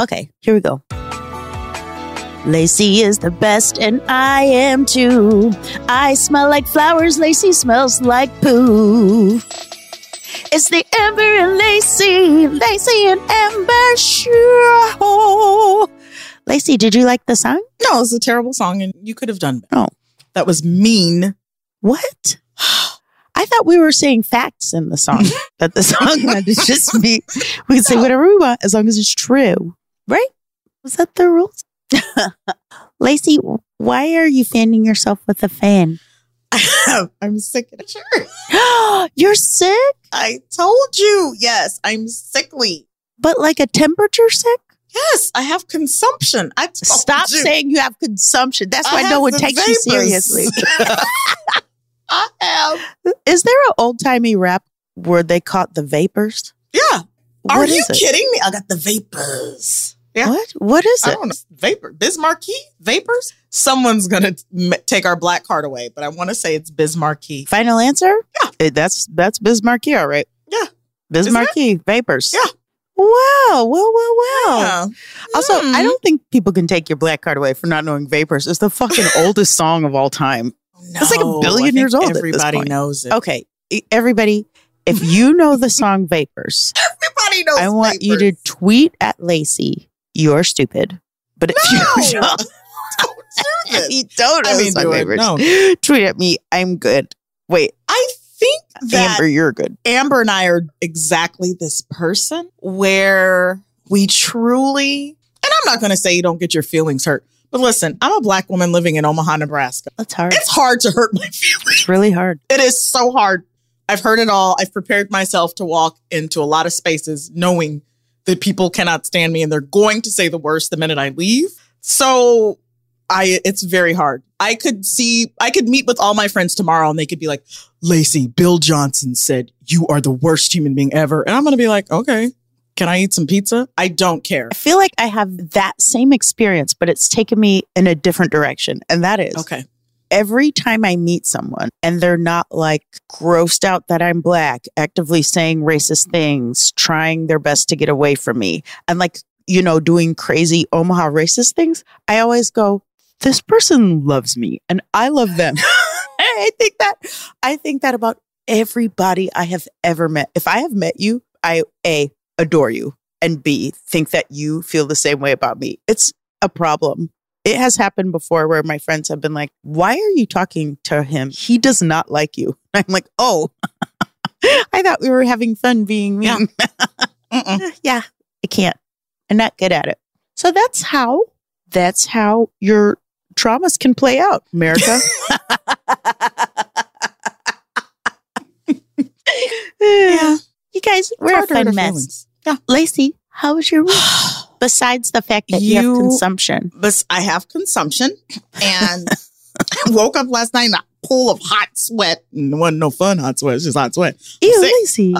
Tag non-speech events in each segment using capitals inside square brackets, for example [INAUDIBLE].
Okay, here we go. Lacey is the best, and I am too. I smell like flowers, Lacey smells like poo. It's the Amber and Lacey, Lacey and Amber show. Lacey, did you like the song? No, it's a terrible song, and you could have done better. Oh. That was mean. [LAUGHS] What? I thought we were saying facts in [LAUGHS] the song. that the song that is just me. We can say whatever we want as long as it's true, right? Was that the rules? [LAUGHS] Lacey, why are you fanning yourself with a fan? [GASPS] I'm sick at a church. You're sick, I told you. Yes, I'm sickly. but like a temperature sick. Yes, I have consumption. I told Stop you. saying you have consumption. That's I why no have one the takes vapors. you seriously. [LAUGHS] I have. Is there an old timey rap where they caught the vapors? Yeah. Are What you is it? kidding me? I got the vapors. Yeah. What? What is I it? don't know. Vapor. Bismarcky? Vapors? Someone's going to m- take our black card away, but I want to say it's Bismarcky. Final answer? Yeah. Eh, that's that's Bismarcky, all right. Yeah. Bismarcky, vapors. Yeah. Wow, Oh, well, well, well. Yeah. Also, I Hmm. don't think people can take your black card away for not knowing Vapors. It's the [LAUGHS] fucking oldest song of all time. It's like a Mm. No, I billion think years old at this Everybody point. knows it. Okay, e- everybody, if you know the song [LAUGHS] Vapors, Everybody knows I want you to [LAUGHS] Vapors. tweet at Lacey, you're stupid. But [LAUGHS] if you No! [LAUGHS] don't, Don't do if this. you don't know I the mean, song do it. Vapors, No. tweet at me, I'm good. Wait, [LAUGHS] I think that Amber, you're good. Amber and I are exactly this person where we truly, and I'm not going to say you don't get your feelings hurt, but listen, I'm a black woman living in Omaha, Nebraska. That's hard. It's hard to hurt my [LAUGHS] feelings. It's really hard. It is so hard. I've heard it all. I've prepared myself to walk into a lot of spaces knowing that people cannot stand me and they're going to say the worst the minute I leave. So I it's very hard. I could see I could meet with all my friends tomorrow and they could be like, Lacey, Bill Johnson said you are the worst human being ever. And I'm gonna be like, okay, can I eat some pizza? I don't care. I feel like I have that same experience, but it's taken me in a different direction. And that is Okay. every time I meet someone and they're not like grossed out that I'm black, actively saying racist things, trying their best to get away from me, and like, you know, doing crazy Omaha racist things, I always go, this person loves me and I love them. [LAUGHS] I think that I think that about everybody I have ever met. If I have met you, I A adore you and B think that you feel the same way about me. It's a problem it has happened before where my friends have been like, Why are you talking to him? He does not like you. [LAUGHS] I'm like, Oh, I thought we were having fun being mean. [LAUGHS] Uh, Mm-mm. Yeah. I can't. I'm not good at it. So that's how, that's how your traumas can play out, [LAUGHS] America. yeah. You guys, we're a Hard to hurt fun our mess. feelings. Lacey, how was [SIGHS] your week? Yeah. Besides the fact that you You- have consumption. but I have consumption [LAUGHS] and I woke up last night in a pool of hot sweat. And it wasn't no fun hot sweat, it's just hot sweat. Ew, Sick. Lacey.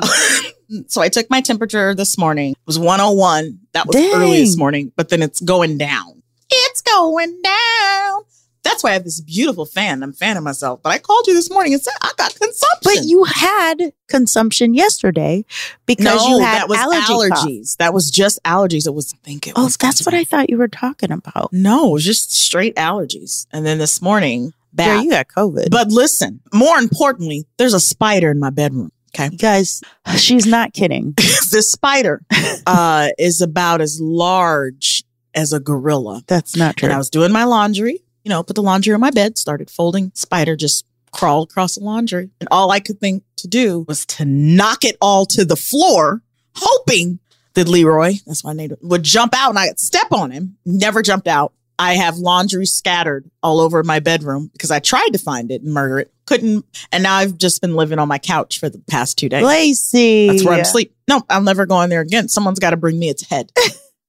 [LAUGHS] so I took my temperature this morning. It was 101. That was Dang. early this morning, but then it's going down. It's going down. That's why I have this beautiful fan. I'm fanning myself. But I called you this morning and said I got consumption. But you had consumption yesterday because no, you had that was allergy cough. allergies. That was just allergies. It was I think it Oh, was that's what I thought you were talking about. No, it was just straight allergies. And then this morning, Yeah, back. you got COVID. But listen, more importantly, there's a spider in my bedroom. Okay. you guys, she's not kidding. [LAUGHS] this [LAUGHS] spider uh, is about as large as a gorilla. That's not true. And I was doing my laundry, you know, put the laundry on my bed, started folding. Spider just crawled across the laundry. And all I could think to do was to knock it all to the floor, hoping that Leroy, that's my name, would jump out and I'd step on him. Never jumped out. I have laundry scattered all over my bedroom because I tried to find it and murder it. Couldn't. And now I've just been living on my couch for the past two days. Lacey. That's where I'm asleep. No, I'll never go in there again. Someone's got to bring me its [LAUGHS] head.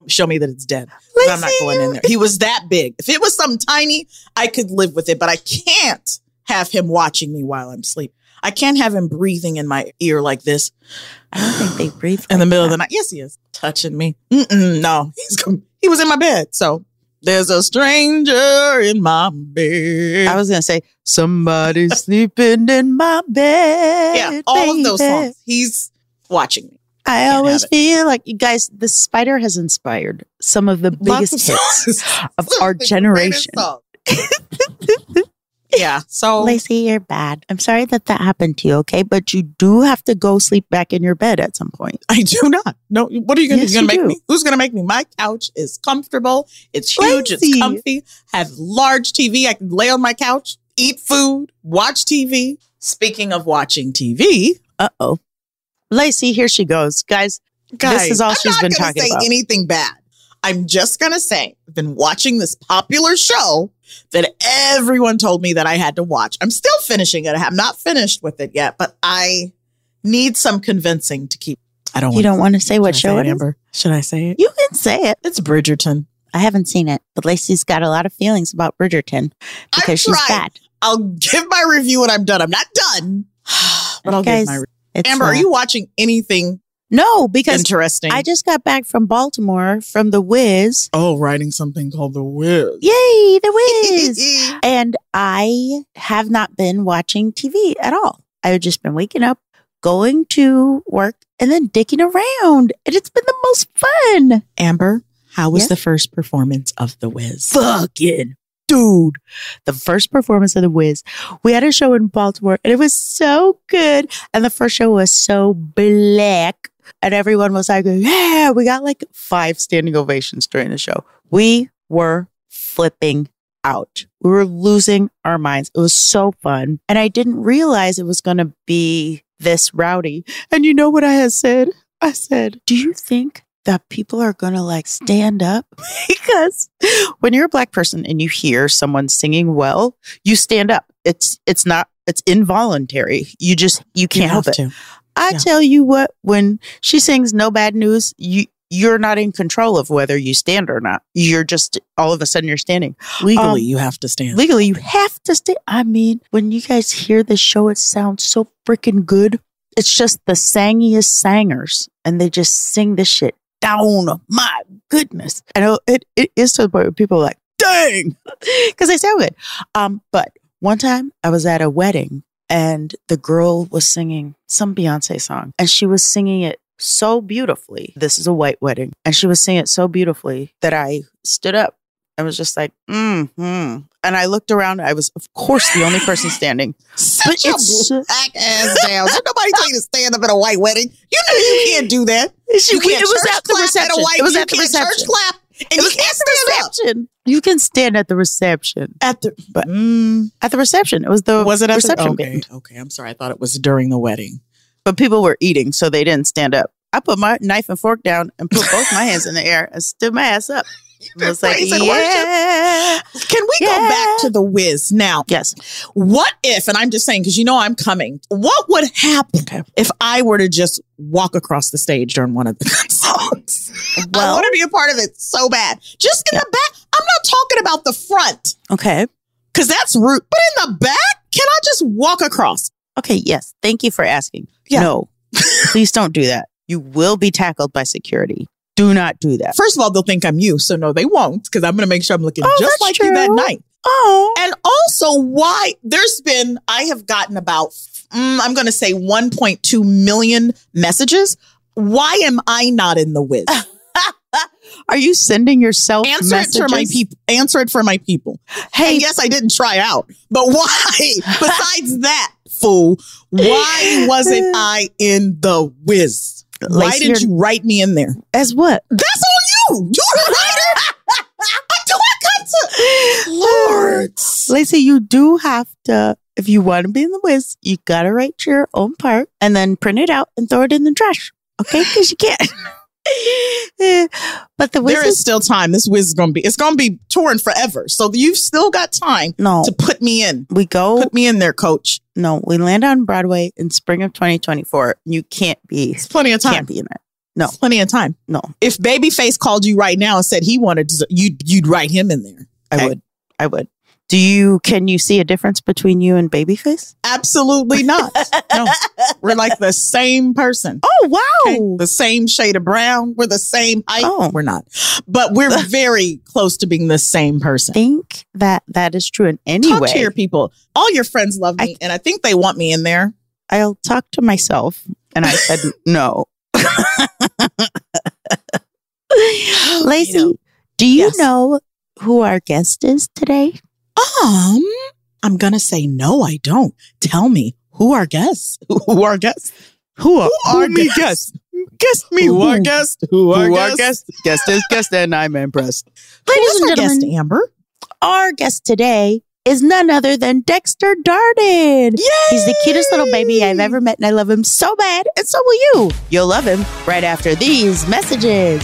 Show me that it's dead. 'Cause I'm not Lacey, going in there. He was that big. If it was something tiny, I could live with it, but I can't have him watching me while I'm asleep. I can't have him breathing in my ear like this I don't [SIGHS] think they breathe in the like middle of the that. night. Yes, he is touching me. Mm-mm, no, he's com- he was in my bed. So there's a stranger in my bed. I was gonna say somebody's sleeping in my bed. yeah, all of those baby." songs. He's watching me. I have always it. feel like you guys. The spider has inspired some of the Lots biggest of hits [LAUGHS] songs. of Some our of the generation. greatest [LAUGHS] songs. yeah. So Lacey, you're bad. I'm sorry that that happened to you. Okay, but you do have to go sleep back in your bed at some point. I do not. No. What are you going to Yes, gonna you make do. me? Who's going to make me? My couch is comfortable. It's huge. It's Lacey. comfy. Have large TV. I can lay on my couch, eat food, watch TV. Speaking of watching TV, Uh oh, Lacey, here she goes, guys. guys, this is all I'm she's not been gonna talking say about. Anything bad? I'm just going to say I've been watching this popular show that everyone told me that I had to watch. I'm still finishing it. I'm not finished with it yet, but I need some convincing to keep. I don't. you don't want to say what show it is? Amber? Should I say it? You can say it. It's Bridgerton. I haven't seen it, but Lacey's got a lot of feelings about Bridgerton I've because she's tried. bad. I'll give my review when I'm done. I'm not [SIGHS] done, but I'll Guys, give my. Re- It's Amber, not- are you watching anything No, because interesting? I just got back from Baltimore from The Wiz. oh, writing something called The Wiz. Yay, [LAUGHS] The Wiz! and I have not been watching TV at all. I've just been waking up, going to work, and then dicking around. And it's been the most fun. Amber, how was Yes? the first performance of The Wiz? Fucking dude. The first performance of The Wiz, we had a show in Baltimore and it was so good. And the first show was so black. And everyone was like, yeah, we got like five standing ovations during the show. We were flipping out. We were losing our minds. It was so fun. And I didn't realize it was going to be this rowdy. And you know what I had said? I said, Do you think that people are going to like stand up? [LAUGHS] because when you're a black person and you hear someone singing well, you stand up. It's, it's not, it's involuntary. You just, you can't help it. I Yeah. tell you what, when she sings No Bad News, you, you're not in control of whether you stand or not. You're just, all of a sudden, you're standing Legally, Um, you have to stand. legally you have to stay i mean when you guys hear the show it sounds so freaking good it's just the sangiest sangers and they just sing this shit down my goodness i know it, it is to the point where people are like dang [LAUGHS] because they sound good um but one time i was at a wedding and the girl was singing some beyonce song and she was singing it so beautifully this is a white wedding and she was singing it so beautifully that i stood up I was just like, mm hmm. And I looked around. I was, of course, the only [LAUGHS] person standing. Sit But your it's- black ass down. Don't nobody tell you to stand up at a white wedding. You know you can't do [LAUGHS] that. She- You can't it was church at the clap reception. At a white, it was you at the can't reception. Church clap, and It you was can't stand up. reception. You can stand at the reception. At the but Mm, at the reception. It was the was it at the reception band. okay? Okay, I'm sorry. I thought it was during the wedding. But people were eating, so they didn't stand up. I put my knife and fork down and put both my hands in the air and stood my ass [LAUGHS] up. I was like, praise and worship. yeah. Can we go Yeah. back to the whiz now? Yes. What if, and I'm just saying, because you know I'm coming, what would happen if I were to just walk across the stage during one of the [LAUGHS] songs? I Well, want to be a part of it so bad. Just in the back. I'm not talking about the front, okay. because that's rude. But in the back, can I just walk across? Okay. Yes. Thank you for asking. Yeah. [LAUGHS] No, please don't do that. You will be tackled by security. Do not do that. First of all, they'll think I'm you, so no, they won't, because I'm going to make sure I'm looking Oh, just that's like you that true. night. Oh, And also, why there's been, I have gotten about, mm, I'm going to say 1.2 million messages. Why am I not in the whiz? are you sending yourself [LAUGHS] Answer it for my messages? people. Answer it for my people. Hey, And yes, I didn't try out, but [LAUGHS] why? Besides that, fool, why [LAUGHS] wasn't I in the whiz? Why Lacey, didn't you're- you write me in there? [GASPS] as what? That's on you. You're the writer. [LAUGHS] What do I [SIGHS] come to? Lords. Lacey, you do have to, if you want to be in the whiz, you got to write your own part and then print it out and throw it in the trash. Okay? Because you can't. [LAUGHS] Eh, but the whiz There is, is still time. This whiz is going to be, it's going to be touring forever. So you've still got time no. Oh. to put me in. We go, Put me in there, coach. no, we land on Broadway in spring of 2024. You can't be, It's plenty of time. can't be in it. It's plenty of time. No, If Babyface called you right now and said he wanted to, you'd, you'd write him in there. I Okay. would. I would. Do you, can you see a difference between you and Babyface? Absolutely not. [LAUGHS] no. We're like the same person. Oh, wow. okay? The same shade of brown. We're the same height. Oh. We're not. But [LAUGHS] we're very close to being the same person. think that that is true in any Talk way. to your people. All your friends love me, and I think they want me in there. I'll talk to myself. And I said, [GASPS] no. Lacey, You know. do you Yes. know who our guest is today? Um, I'm gonna say no, I don't. Tell me who are guests? [LAUGHS] Who are guests? Who Who are me guests? Guess me who, Who are are- guests? Who Guest is guest, and I'm impressed. Ladies Ladies and and guest, gentlemen, Amber. our guest today is none other than Dexter Darden. Yay! He's the cutest little baby I've ever met, and I love him so bad, and so will you. You'll love him right after these messages.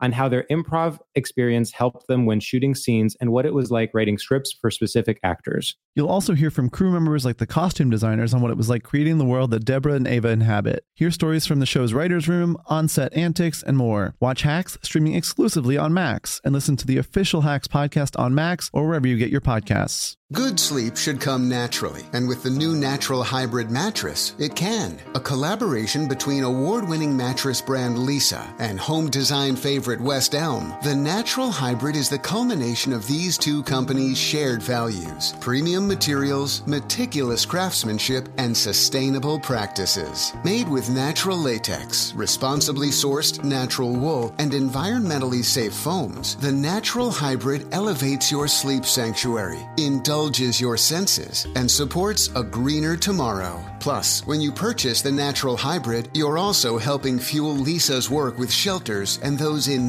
on how their improv experience helped them when shooting scenes and what it was like writing scripts for specific actors. You'll also hear from crew members like the costume designers on what it was like creating the world that Deborah and Ava inhabit. Hear stories from the show's writer's room, on set antics, and more. Watch Hacks streaming exclusively on Max and listen to the official Hacks podcast on Max or wherever you get your podcasts. Good sleep should come naturally, and with the new Natural Hybrid mattress, it can. A collaboration between award winning mattress brand Lisa and home design favorite West Elm, the Natural Hybrid is the culmination of these two companies' shared values premium materials, meticulous craftsmanship, and sustainable practices. Made with natural latex, responsibly sourced natural wool, and environmentally safe foams, the Natural Hybrid elevates your sleep sanctuary, indulges your senses, and supports a greener tomorrow. Plus, when you purchase the Natural Hybrid, you're also helping fuel Lisa's work with shelters and those in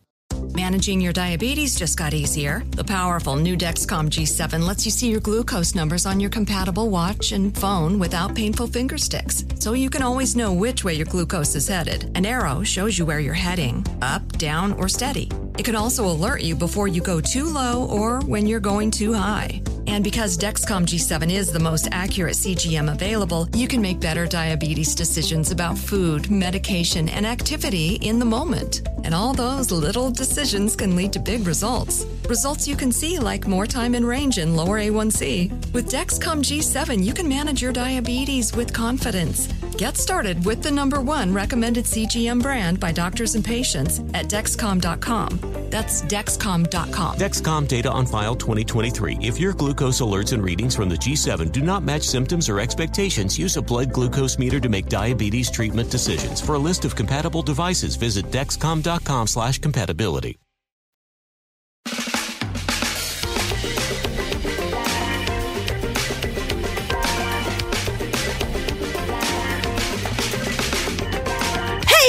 Managing your diabetes just got easier. The powerful new Dexcom G7 lets you see your glucose numbers on your compatible watch and phone without painful finger sticks, so you can always know which way your glucose is headed. An arrow shows you where you're heading up, down, or steady. It can also alert you before you go too low or when you're going too high. And because Dexcom G7 is the most accurate CGM available, you can make better diabetes decisions about food, medication, and activity in the moment. And all those little decisions can lead to big results. Results you can see like more time in range and lower A1C. With Dexcom G7, you can manage your diabetes with confidence. Get started with the number one recommended CGM brand by doctors and patients at Dexcom.com. That's Dexcom.com. Dexcom data on file 2023. If your glucose alerts and readings from the G7 do not match symptoms or expectations, use a blood glucose meter to make diabetes treatment decisions. For a list of compatible devices, visit dexcom.com/compatibility. slash compatibility.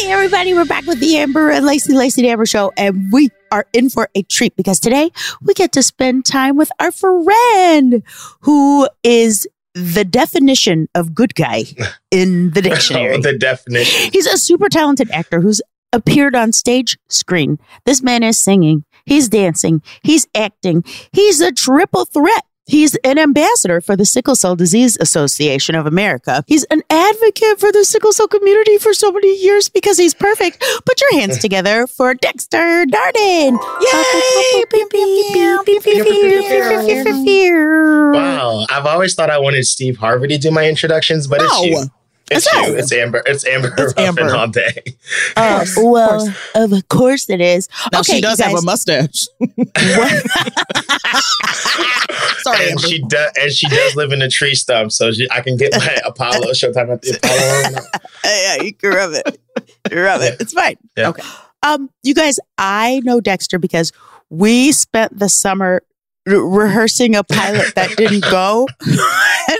everybody. We're back with the Amber and Lacey, Lacey and Amber show, and we are in for a treat because today we get to spend time with our friend who is the definition of good guy in the dictionary. [LAUGHS] the definition. He's a super talented actor who's appeared on stage, screen. This man is singing, he's dancing, he's acting, he's a triple threat. He's an ambassador for the Sickle Cell Disease Association of America. He's an advocate for the sickle cell community for so many years because he's perfect. Put your hands together for Dexter Darden. Yay! Wow. I've always thought I wanted Steve Harvey to do my introductions, but it's No. you. It's That's you. us. It's Amber. It's Amber. It's Ruffin Amber. [LAUGHS] all day. Uh, Of course, of well, of course it is. Now okay, she does you have a [LAUGHS] guys. mustache. [LAUGHS] Sorry, and Amber. she does. And she does live in a tree stump, so she, I can get [LAUGHS] my Apollo showtime at the Apollo. yeah, yeah, you can rub it. You rub it. It's fine. Yeah. Okay. Um, you guys, I know Dexter because we spent the summer re- rehearsing a pilot that didn't [LAUGHS] go. and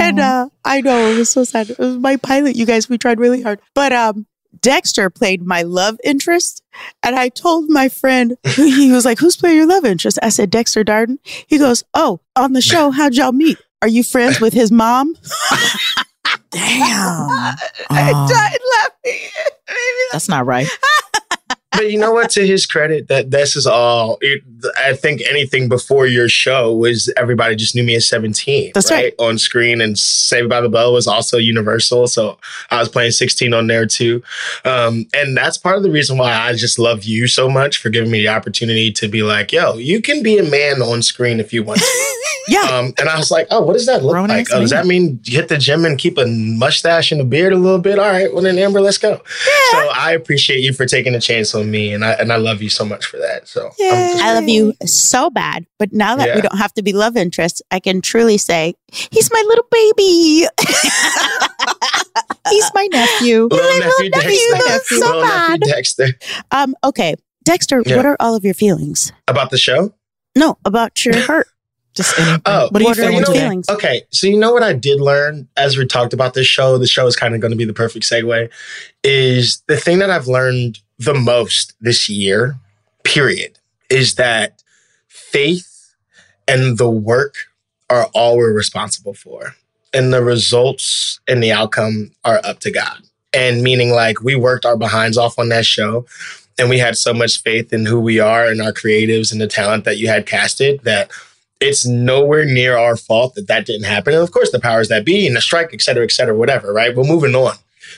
and, uh, I know it was so sad. It was my pilot, you guys. We tried really hard, but um, Dexter played my love interest, and I told my friend who he was like, "Who's playing your love interest?" I said, "Dexter Darden." He goes, [LAUGHS] "Oh, on the show, how'd y'all meet? Are you friends with [LAUGHS] his mom?" [LAUGHS] Damn. I Oh. died [LAUGHS] laughing. Maybe That's not right. but you know what? To his credit, that this is all. It, I think anything before your show was everybody just knew me as seventeen. That's right. on screen, and Saved by the Bell was also Universal, so I was playing sixteen on there too. Um, and that's part of the reason why I just love you so much for giving me the opportunity to be like, yo, you can be a man on screen if you want. to. Yeah. Um, and I was like, oh, what does that look Grown-ass like? Oh, does man. that mean hit the gym and keep a mustache and a beard a little bit? All right, well then, Amber, let's go. So I appreciate you for taking a chance on me, and I and I love you so much for that. So I'm just- I love you so bad, but now that we Yeah. don't have to be love interests, I can truly say he's my little baby. [LAUGHS] he's my nephew. Little nephew nephew, Dexter, so little nephew bad. Dexter. Um, okay, Dexter, Yeah. what are all of your feelings? About the show? No, [LAUGHS] about your hurt. Just anything. Oh, what are you what are feeling your know- today? feelings? Okay, so you know what I did learn as we talked about this show. The show is kind of going to be the perfect segue. Is the thing that I've learned the most this year, period, is that faith and the work are all we're responsible for, and the results and the outcome are up to God. And meaning, like we worked our behinds off on that show, and we had so much faith in who we are and our creatives and the talent that you had casted that it's nowhere near our fault that that didn't happen. And of course, the powers that be and the strike, et cetera, et cetera, whatever, right? We're moving on.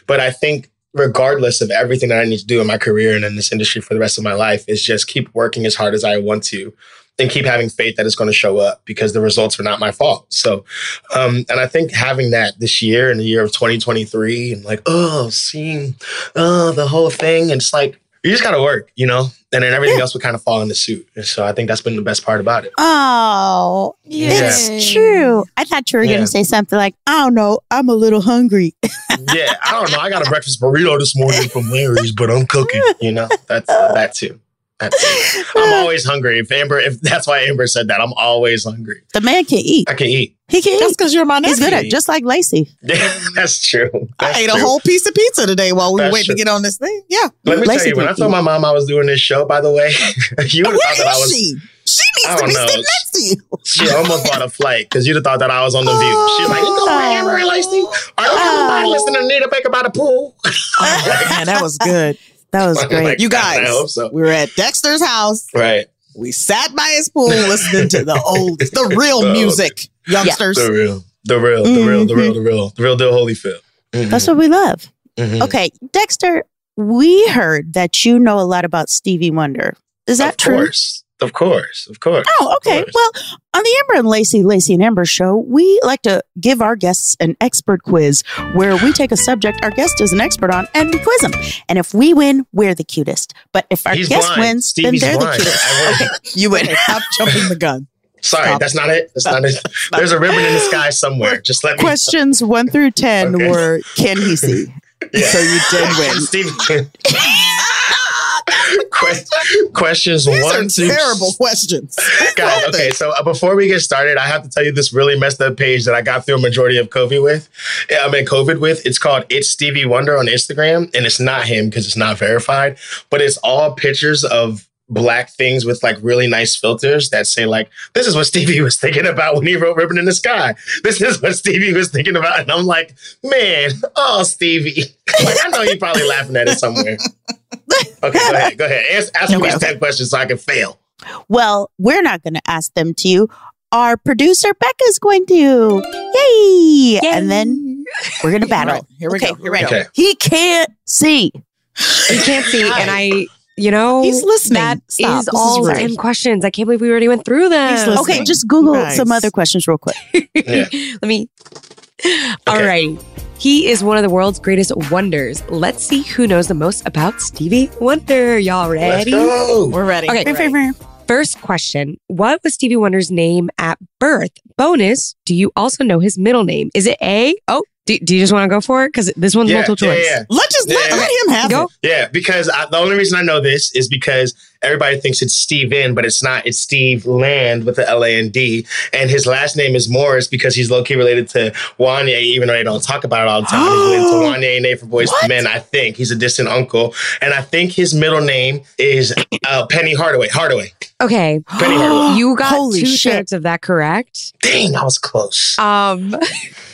But I think, regardless of everything that I need to do in my career and in this industry for the rest of my life, is just keep working as hard as I want to and keep having faith that it's going to show up because the results are not my fault. So, um, and I think having that this year in the year of 2023 and like, oh, seeing, oh, the whole thing, and it's like, you just got to work, you know? And then everything else would kind of fall into suit. And so I think that's been the best part about it. Oh, it's Yeah. true. I thought you were going Yeah. to say something like, I don't know, I'm a little hungry. [LAUGHS] yeah, I don't know. I got a breakfast burrito this morning from Larry's, but I'm cooking. You know, that's that too. That too. I'm always hungry. If Amber, if that's why Amber said that, I'm always hungry. the man can eat. I can eat. [LAUGHS] He can That's eat. because you're my nephew. He's good at it, just like Lacey. Yeah, that's true. That's I ate a true. whole piece of pizza today while we were That's waiting to true. get on this thing. Yeah. Let me tell Lacey you, when I can told my eat. mom I was doing this show, by the way, [LAUGHS] you Where would have thought that I is was. she? She I needs to don't be know. sitting next to you. [LAUGHS] She almost bought a flight because you'd have thought that I was on the view. She was like, you know, where Amber and Lacey are everybody listening to Nita Baker by the pool. Man, that was good. That was Like, great. You God, I guys. hope so. We were at Dexter's house. Right. We sat by his pool listening to the old, [LAUGHS] the real Oh. music, youngsters. The real, the real, the real, the real, the real, the real deal Holyfield. Mhm. That's what we love. Mhm. Okay, Dexter, we heard that you know a lot about Stevie Wonder. Is that of true? Course. Of course, of course. Oh, of okay. course. Well, on the Amber and Lacey, Lacey and Amber show, we like to give our guests an expert quiz where we take a subject our guest is an expert on and we quiz them. And if we win, we're the cutest. But if our He's guest blind. wins, Stevie's then they're blind. the cutest. I win. You went stop jumping the gun. [LAUGHS] Sorry, Stop. that's not it. That's not it. There's a ribbon in [GASPS] the sky somewhere. Just let me. [LAUGHS] Questions one through 10 Okay. were can he see? [LAUGHS] Yeah. [LAUGHS] So you did win. Steve, Que- questions These one, are two, terrible [LAUGHS] questions. Guys, okay, so uh, before we get started, I have to tell you this really messed up page that I got through a majority of COVID with. Yeah, I mean, COVID with. It's called It's Stevie Wonder on Instagram, and it's not him because it's not verified, but it's all pictures of black things with like really nice filters that say like this is what stevie was thinking about when he wrote ribbon in the sky this is what stevie was thinking about and i'm like man oh stevie [LAUGHS] like i know you're probably laughing at it somewhere [LAUGHS] okay go ahead go ahead ask, ask me Okay, these okay. 10 questions so i can fail Well, we're not going to ask them to you. Our producer Becca's going to. Yay! And then we're going to battle. All [LAUGHS] right, here we okay, go. You're ready. Okay. He can't see. You can't see, and I, you know, He's listening. Oh, That is Stop. This is all rude. ten questions. I can't believe we already went through them. He's listening. Okay, just Google Nice. some other questions real quick. Yeah. [LAUGHS] Let me. All right. He is one of the world's greatest wonders. Let's see who knows the most about Stevie Wonder. Y'all ready? go. We're ready. Okay. First question What was Stevie Wonder's name at birth? Bonus, do you also know his middle name? Is it A? Oh, do, do you just want to go for it? Because this one's yeah, multiple yeah, choice. Yeah, Let just let, Yeah. let him have Go. it. yeah, because I, the only reason I know this is because everybody thinks it's Steven, but it's not. It's Steve Land with the L A N D, and his last name is Morris because he's low key related to Wanye, even though they don't talk about it all the time. he's [GASPS] related to Wanye and Nate from Boys to Men, I think. He's a distant uncle, and I think his middle name is uh, Penny Hardaway. Hardaway. [GASPS] Okay. Penny Hardaway. You got Holy two shit. thirds of that correct. Dang, I was close. Um,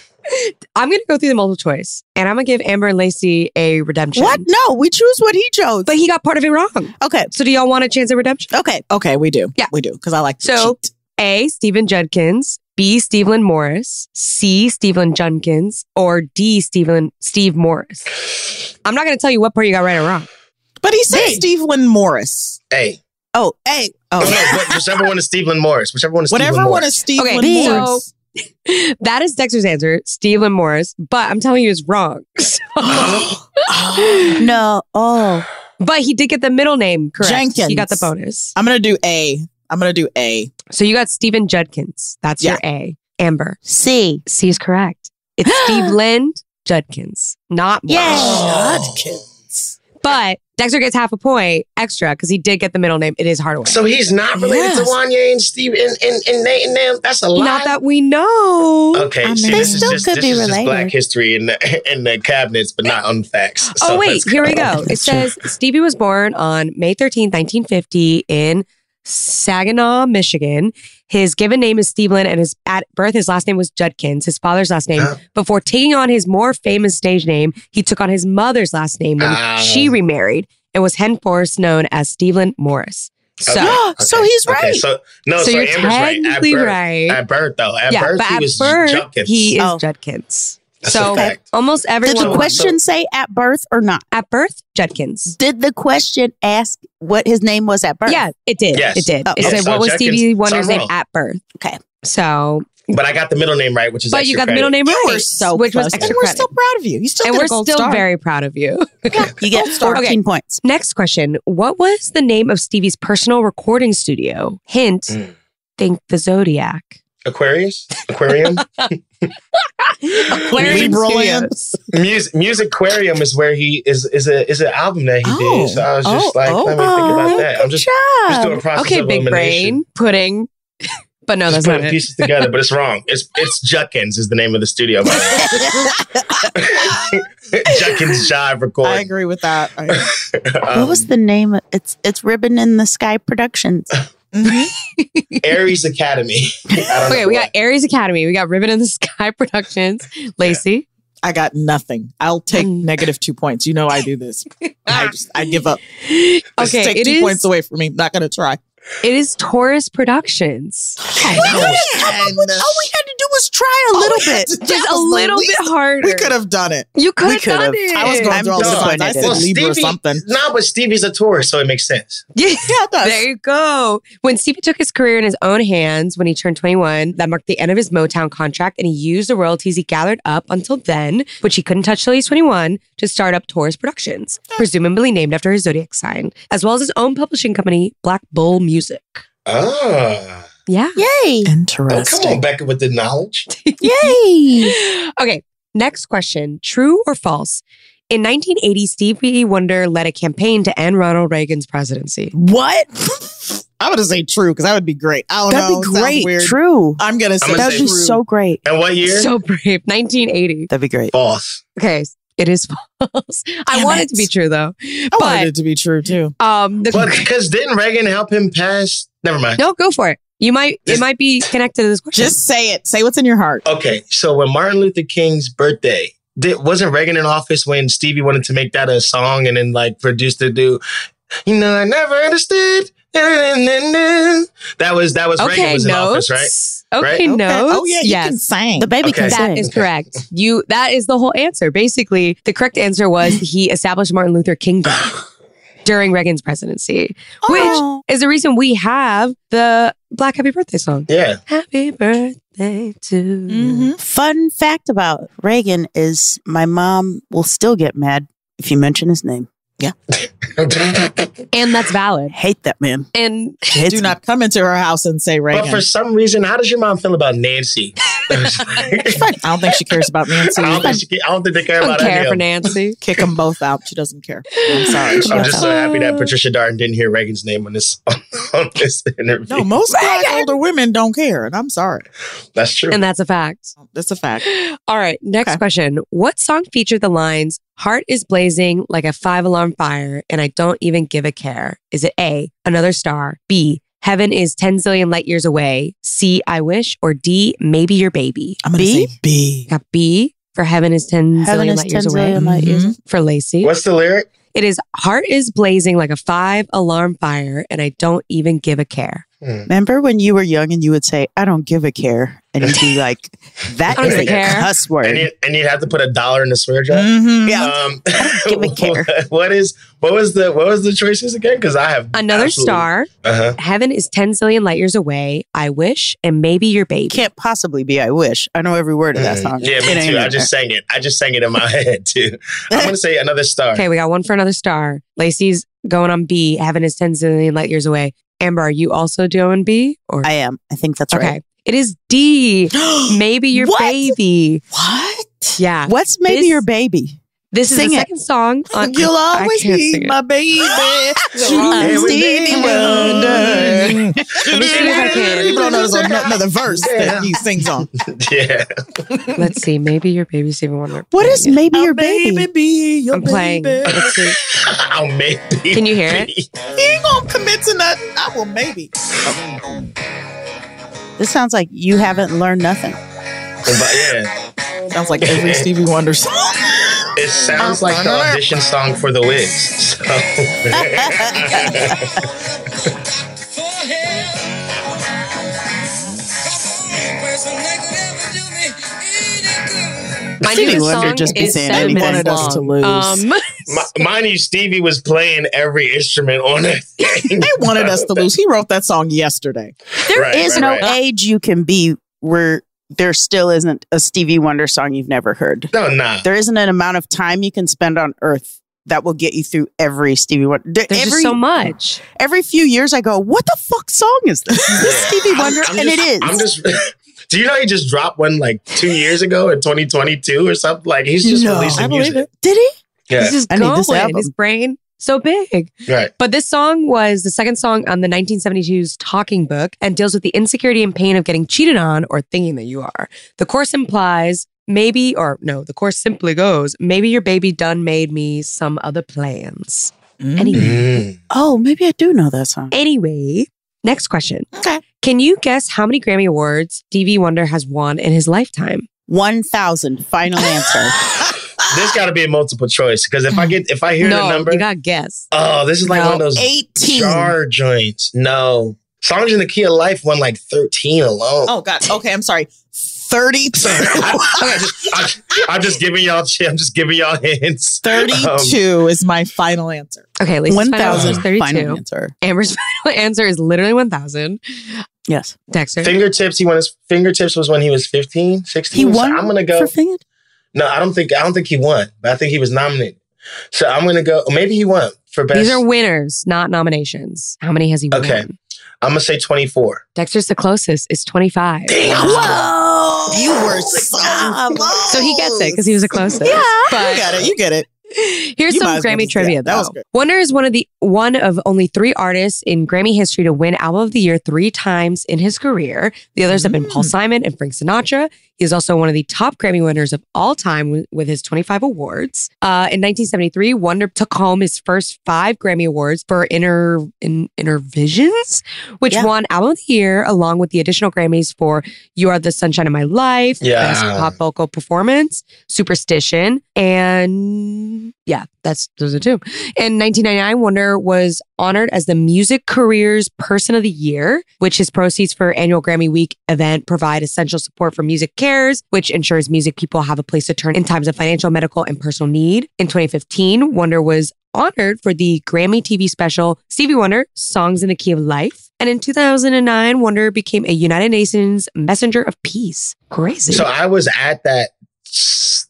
[LAUGHS] I'm going to go through the multiple choice and I'm going to give Amber and Lacey a redemption. What? No, we choose what he chose. But he got part of it wrong. okay, So do y'all want a chance at redemption? okay. Okay, we do. Yeah. we do because I like to So- cheat. A. Stephen Judkins, B. Stephen Morris, C. Stephen Judkins, or D. Stephen Steve Morris. I'm not going to tell you what part you got right or wrong. But he said Hey. Steve Lynn Morris. [LAUGHS] Hey, Oh, hey. oh, no, Oh, wh- whichever one is Steve Lynn Morris. Whichever one is Steve Whatever Lynn one Morris. is Steve Okay, Lynn so- Morris. That is Dexter's answer, Stephen Morris, but I'm telling you it's wrong. [LAUGHS] So- [GASPS] no. Oh, but he did get the middle name correct. He got Jenkins. the bonus. I'm gonna do A. I'm gonna do A. So you got Stephen Judkins. That's your A. Amber. [GASPS] see. C is correct. It's Steve Lind Judkins, not Morris. Judkins. But Dexter gets half a point extra because he did get the middle name. It is Hardaway. So he's not related to Yes. Wanye and Steve and, and, and Nate and them. That's a lot. not that we know. Okay, I see, this mean- They is still just, could this be is just related. black history in the, in the cabinets, but not on facts. Oh, So wait, let's here we [LAUGHS] go. It says Stevie was born on May 13, 1950, in Saginaw, Michigan. His given name is Stevelin, and his at birth, his last name was Judkins, his father's last name. Huh. Before taking on his more famous stage name, he took on his mother's last name when Ah. she remarried and was henceforth known as Stevelin Morris. [GASPS] So, Okay. so he's Okay, right. so no, so, so, you're Amber's right. At technically birth, right. at birth though, at yeah, birth but he at was birth, Judkins. he is Oh. Judkins. That's a so fact. almost Did everyone the question say at birth or not? at birth, Judkins. Did the question ask what his name was at birth? Yeah, it did. Yes. It did. Oh, it okay. said, So what was Jenkins- Stevie so Wonder's I'm name wrong. at birth? Okay. So, but I got the middle name right, which is but extra you got the credit. middle name You right, were so which was close. extra and we're credit. still proud of you. You still and get we're a gold still star. very proud of [LAUGHS] you. You get star. 14 points. Next question: What was the name of Stevie's personal recording studio? Hint: Mm. Think the zodiac. Aquarius, [LAUGHS] Aquarium, Aquarium Libra [LAUGHS] Studios. Music, Music Aquarium is where he is is a is an album that he Oh. did. So I was just Oh, like, oh, let me think about that. I'm just just doing a process Okay, of big elimination. brain pudding. [LAUGHS] But no, just that's not putting it. pieces together, but it's wrong. It's it's Judkins is the name of the studio. by the way. Judkins Jive I Record. Um, agree with that. [LAUGHS] I- what was the name? of- It's it's Ribbon in the Sky [LAUGHS] Productions. Mhm. Aries Academy? [LAUGHS] Okay, we got Aries Academy. We got Ribbon in the Sky [LAUGHS] Productions. Lacey. I got nothing. I'll take Mm. negative two points. You know I do [LAUGHS] this. I just I give up. Okay, Just take it two is- points away from me. Not gonna try. It is Taurus Productions. All we had to do was try a Oh, little bit. Just a little bit harder. We could have done it. You could we have could've. done it. I was going I'm through all the signs. I disappointed. said Well, Libra or something. No, but Stevie's a tourist, so it makes sense. [LAUGHS] Yeah. Yeah, it does. There you go. When Stevie took his career in his own hands when he turned 21, that marked the end of his Motown contract, and he used the royalties he gathered up until then, which he couldn't touch till he's 21, to start up Taurus Productions, presumably named after his zodiac sign, as well as his own publishing company, Black Bull Music. Ah. Yeah. Yay! Oh, come Interesting. on, Becca, with the knowledge. [LAUGHS] Yay! okay, next question. True or false? In 1980, Stevie Wonder led a campaign to end Ronald Reagan's presidency. What? I would say true because that would be great. I don't That'd know. be Sounds great. weird. True. I'm gonna say gonna That'd be true. so great. And what year? So brave. 1980. That'd be great. False. Okay, it is [LAUGHS] false. I Damn want it. it to be true though. I wanted but it to be true too. um, the, But because didn't Reagan help him pass? Never [LAUGHS] mind. no, go for it. You might it Just- might be connected to this question. Just say it. Say what's in your heart. Okay, so when Martin Luther King's birthday, did, wasn't Reagan in office when Stevie wanted to make that a song and then like produced to do, you know, I never understood. That was that was Reagan okay, was in notes. office, right? Okay, Right? Okay. notes. Oh yeah, you yes. can sing. The baby Okay. can That sing. is Okay. correct. You that is the whole answer. Basically, the correct answer was he established Martin Luther [SIGHS] King Day during Reagan's presidency, Oh. which is the reason we have the Black Happy Birthday song. Yeah. Happy birthday to Mm-hmm. you. Mhm. Fun fact about Reagan is my mom will still get mad if you mention his name. and that's valid. Hate that man. [LAUGHS] And Hates Do him. not come into her house and say but Reagan. for some reason, how does your mom feel about Nancy? [LAUGHS] I don't think she cares about [LAUGHS] I Nancy. don't think she, I don't think they care don't about care any for of them. [LAUGHS] Nancy. Kick them both out. She doesn't care. I'm sorry. She I'm doesn't. just so happy that Patricia Darden didn't hear Reagan's name on this [LAUGHS] on this interview. no, most black older women don't care, and I'm sorry. That's true. And that's a fact. That's a fact. All right, next Okay. question. What song featured the lines, Heart is blazing like a five alarm fire, and I don't even give a care? Is it A, another star, B, heaven is 10 zillion light years away, C, I wish, or D, maybe your baby? I'm gonna B? say B. Got B for heaven is 10 Heaven zillion is light years 10 away Mm-hmm. zillion light years. Mhm. for Lacey. What's the lyric? It is heart is blazing like a five alarm fire, and I don't even give a care. Hmm. Remember when you were young and you would say, I don't give a care? And you'd be like, [LAUGHS] that I don't is a give a care. cuss And word. you and you'd have to put a dollar in the swear jar. Mhm. Mm-hmm. Yeah. [LAUGHS] Um, give a care. [LAUGHS] what is what was the what was the choices again? Because I have Another star, Uh heaven is 10 zillion light years away, I wish, and maybe your baby. Can't possibly be, I wish. I know every word of Mm. that huh. song. Uh, Yeah, It me ain't too. I in [GASPS] [GASPS] just sang it. I just sang it in my [LAUGHS] head too. I'm gonna say another star. Okay, we got one for another star. Lacey's going on B. Heaven is 10 zillion light years away. Amber, are you also doing B? Or there. I am. I think that's okay, right. it is D. Maybe your What? baby. What? Yeah, What's maybe This- your baby? This is Sing the it. second song. on- You'll I always can't be sing it. my [LAUGHS] baby. Yeah, we Stevie made Wonder. it. Let me see if I [LAUGHS] can. People don't know there's ano- another verse that he sings on. yeah. Let's see. Maybe your baby's even Wonder. What is maybe your baby? baby be your I'm playing. baby. Let's see. oh, maybe. Can you hear it? He ain't gonna commit to nothing. I will maybe. This sounds like you haven't learned nothing. But yeah, Sounds like every Stevie Wonder song. it sounds like the audition song for the Wiz. So [LAUGHS] My new Stevie Wonder song just be is saying seven anything. minutes Wanted us to long. lose. Um, M- mind you, Stevie was playing every instrument on that [LAUGHS] thing. They wanted us to lose. He wrote that song yesterday. There is Right, right, no right. age you can be where there still isn't a Stevie Wonder song you've never heard. No, nah. There isn't an amount of time you can spend on Earth that will get you through every Stevie Wonder. there- there's every just so much. every few years, I go, "What the fuck song is this? Is this Stevie Wonder?" I'm and just, it is. I'm just. [LAUGHS] Do you know he just dropped one like two years ago in 2022 or something? Like he's just No, releasing I believe music. Did he? Yeah, This is I need going. this album. His brain so big. right. But this song was the second song on the 1972's Talking Book and deals with the insecurity and pain of getting cheated on or thinking that you are. The course implies maybe, or no, the course simply goes, maybe your baby done made me some other plans. Anyway, Mm. Oh, maybe I do know that song. anyway, next question. Okay. Can you guess how many Grammy Awards Stevie Wonder has won in his lifetime? One [LAUGHS] thousand. Final answer. This got to be a multiple choice because if I get if I hear no, the number, you gotta guess. oh, this is like No, one of those Eighteen. jar joints. No, songs in the key of life won like 13 alone. [LAUGHS] Oh God. Okay, I'm sorry. Thirty-two. I'm, just, I'm, I'm just giving y'all. shit. I'm just giving y'all hints. Um, Thirty-two is my final answer. Okay, Lisa's One final answer thousand. is 32. Final answer. Amber's [LAUGHS] final answer is literally 1,000. Yes. Dexter. Fingertips. He won his fingertips was when he was 15, 16. He So won. I'm gonna go. for Finged? No, I don't think I don't think he won, but I think he was nominated. So I'm gonna go. Maybe he won for best. These are winners, not nominations. How many has he won? Okay. I'm gonna say 24. Dexter's the closest. Is 25. Whoa! You were so So he gets it because he was the closest. Yeah, But you got it. You get it. Here's You might some as well Grammy just- yeah, trivia that was though. good. Wonder is one of the one of only three artists in Grammy history to win Album of the Year three times in his career. The others have been Paul Mm. Simon and Frank Sinatra. He is also one of the top Grammy winners of all time with, with his 25 awards. Uh, in 1973, Wonder took home his first five Grammy awards for Inner in, Inner Visions, which Yeah. won Album of the Year along with the additional Grammys for You Are the Sunshine of My Life, Yeah. Best Pop Vocal Performance, Superstition, and yeah, that's those are two. In 1999, Wonder was honored as the Music Careers Person of the Year, which his proceeds for annual Grammy Week event provide essential support for Music Cares, which ensures music people have a place to turn in times of financial, medical, and personal need. In 2015, Wonder was honored for the Grammy TV special Stevie Wonder Songs in the Key of Life. And in 2009, Wonder became a United Nations Messenger of Peace. Crazy. So I was at that.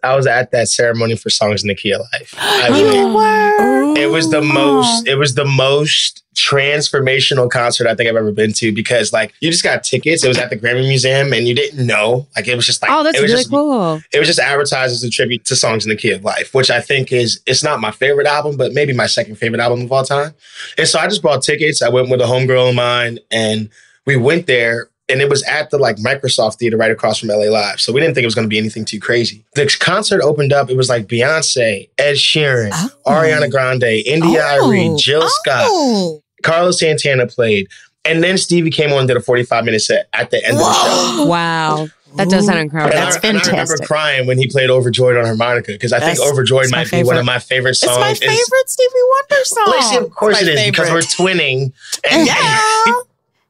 I was at that ceremony for songs in the key of life. [GASPS] [GASPS] I went. you were. It was the most. It was the most transformational concert I think I've ever been to because like you just got tickets. It was at the Grammy Museum and you didn't know. Like it was just like oh, that's it was really just, cool. It was just advertised as a tribute to songs in the key of life, which I think is it's not my favorite album, but maybe my second favorite album of all time. And so I just bought tickets. I went with a homegirl of mine, and we went there. And it was at the like Microsoft Theater right across from LA Live. So we didn't think it was going to be anything too crazy. The concert opened up. It was like Beyonce, Ed Sheeran, Oh. Ariana Grande, Indy Oh. Irie, Jill Scott, Oh. Carlos Santana played. And then Stevie came on and did a 45 minute set at the end of the show. Wow. That does sound incredible. And I- That's and I, remember fantastic. crying when he played Overjoyed on harmonica because I That's- think Overjoyed it's my might be one favorite. of my favorite It's songs. my It's- favorite Stevie Wonder song. Lacey, of course it It's is my because we're favorite. twinning. And, Yeah.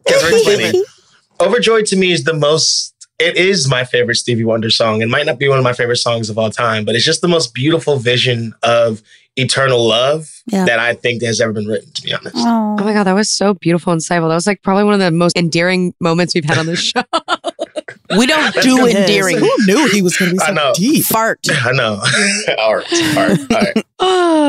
because [LAUGHS] we're twinning. [LAUGHS] Overjoyed to me is the most. It is my favorite Stevie Wonder song. It might not be one of my favorite songs of all time, but it's just the most beautiful vision of eternal love Yeah. that I think has ever been written. To be honest, Oh. Oh my god, that was so beautiful and insightful. That was like probably one of the most endearing moments we've had on this [LAUGHS] show. We don't That's do good. endearing. Who knew he was going to be I so know. deep? Fart. [LAUGHS] I know. [LAUGHS] all right, all right, all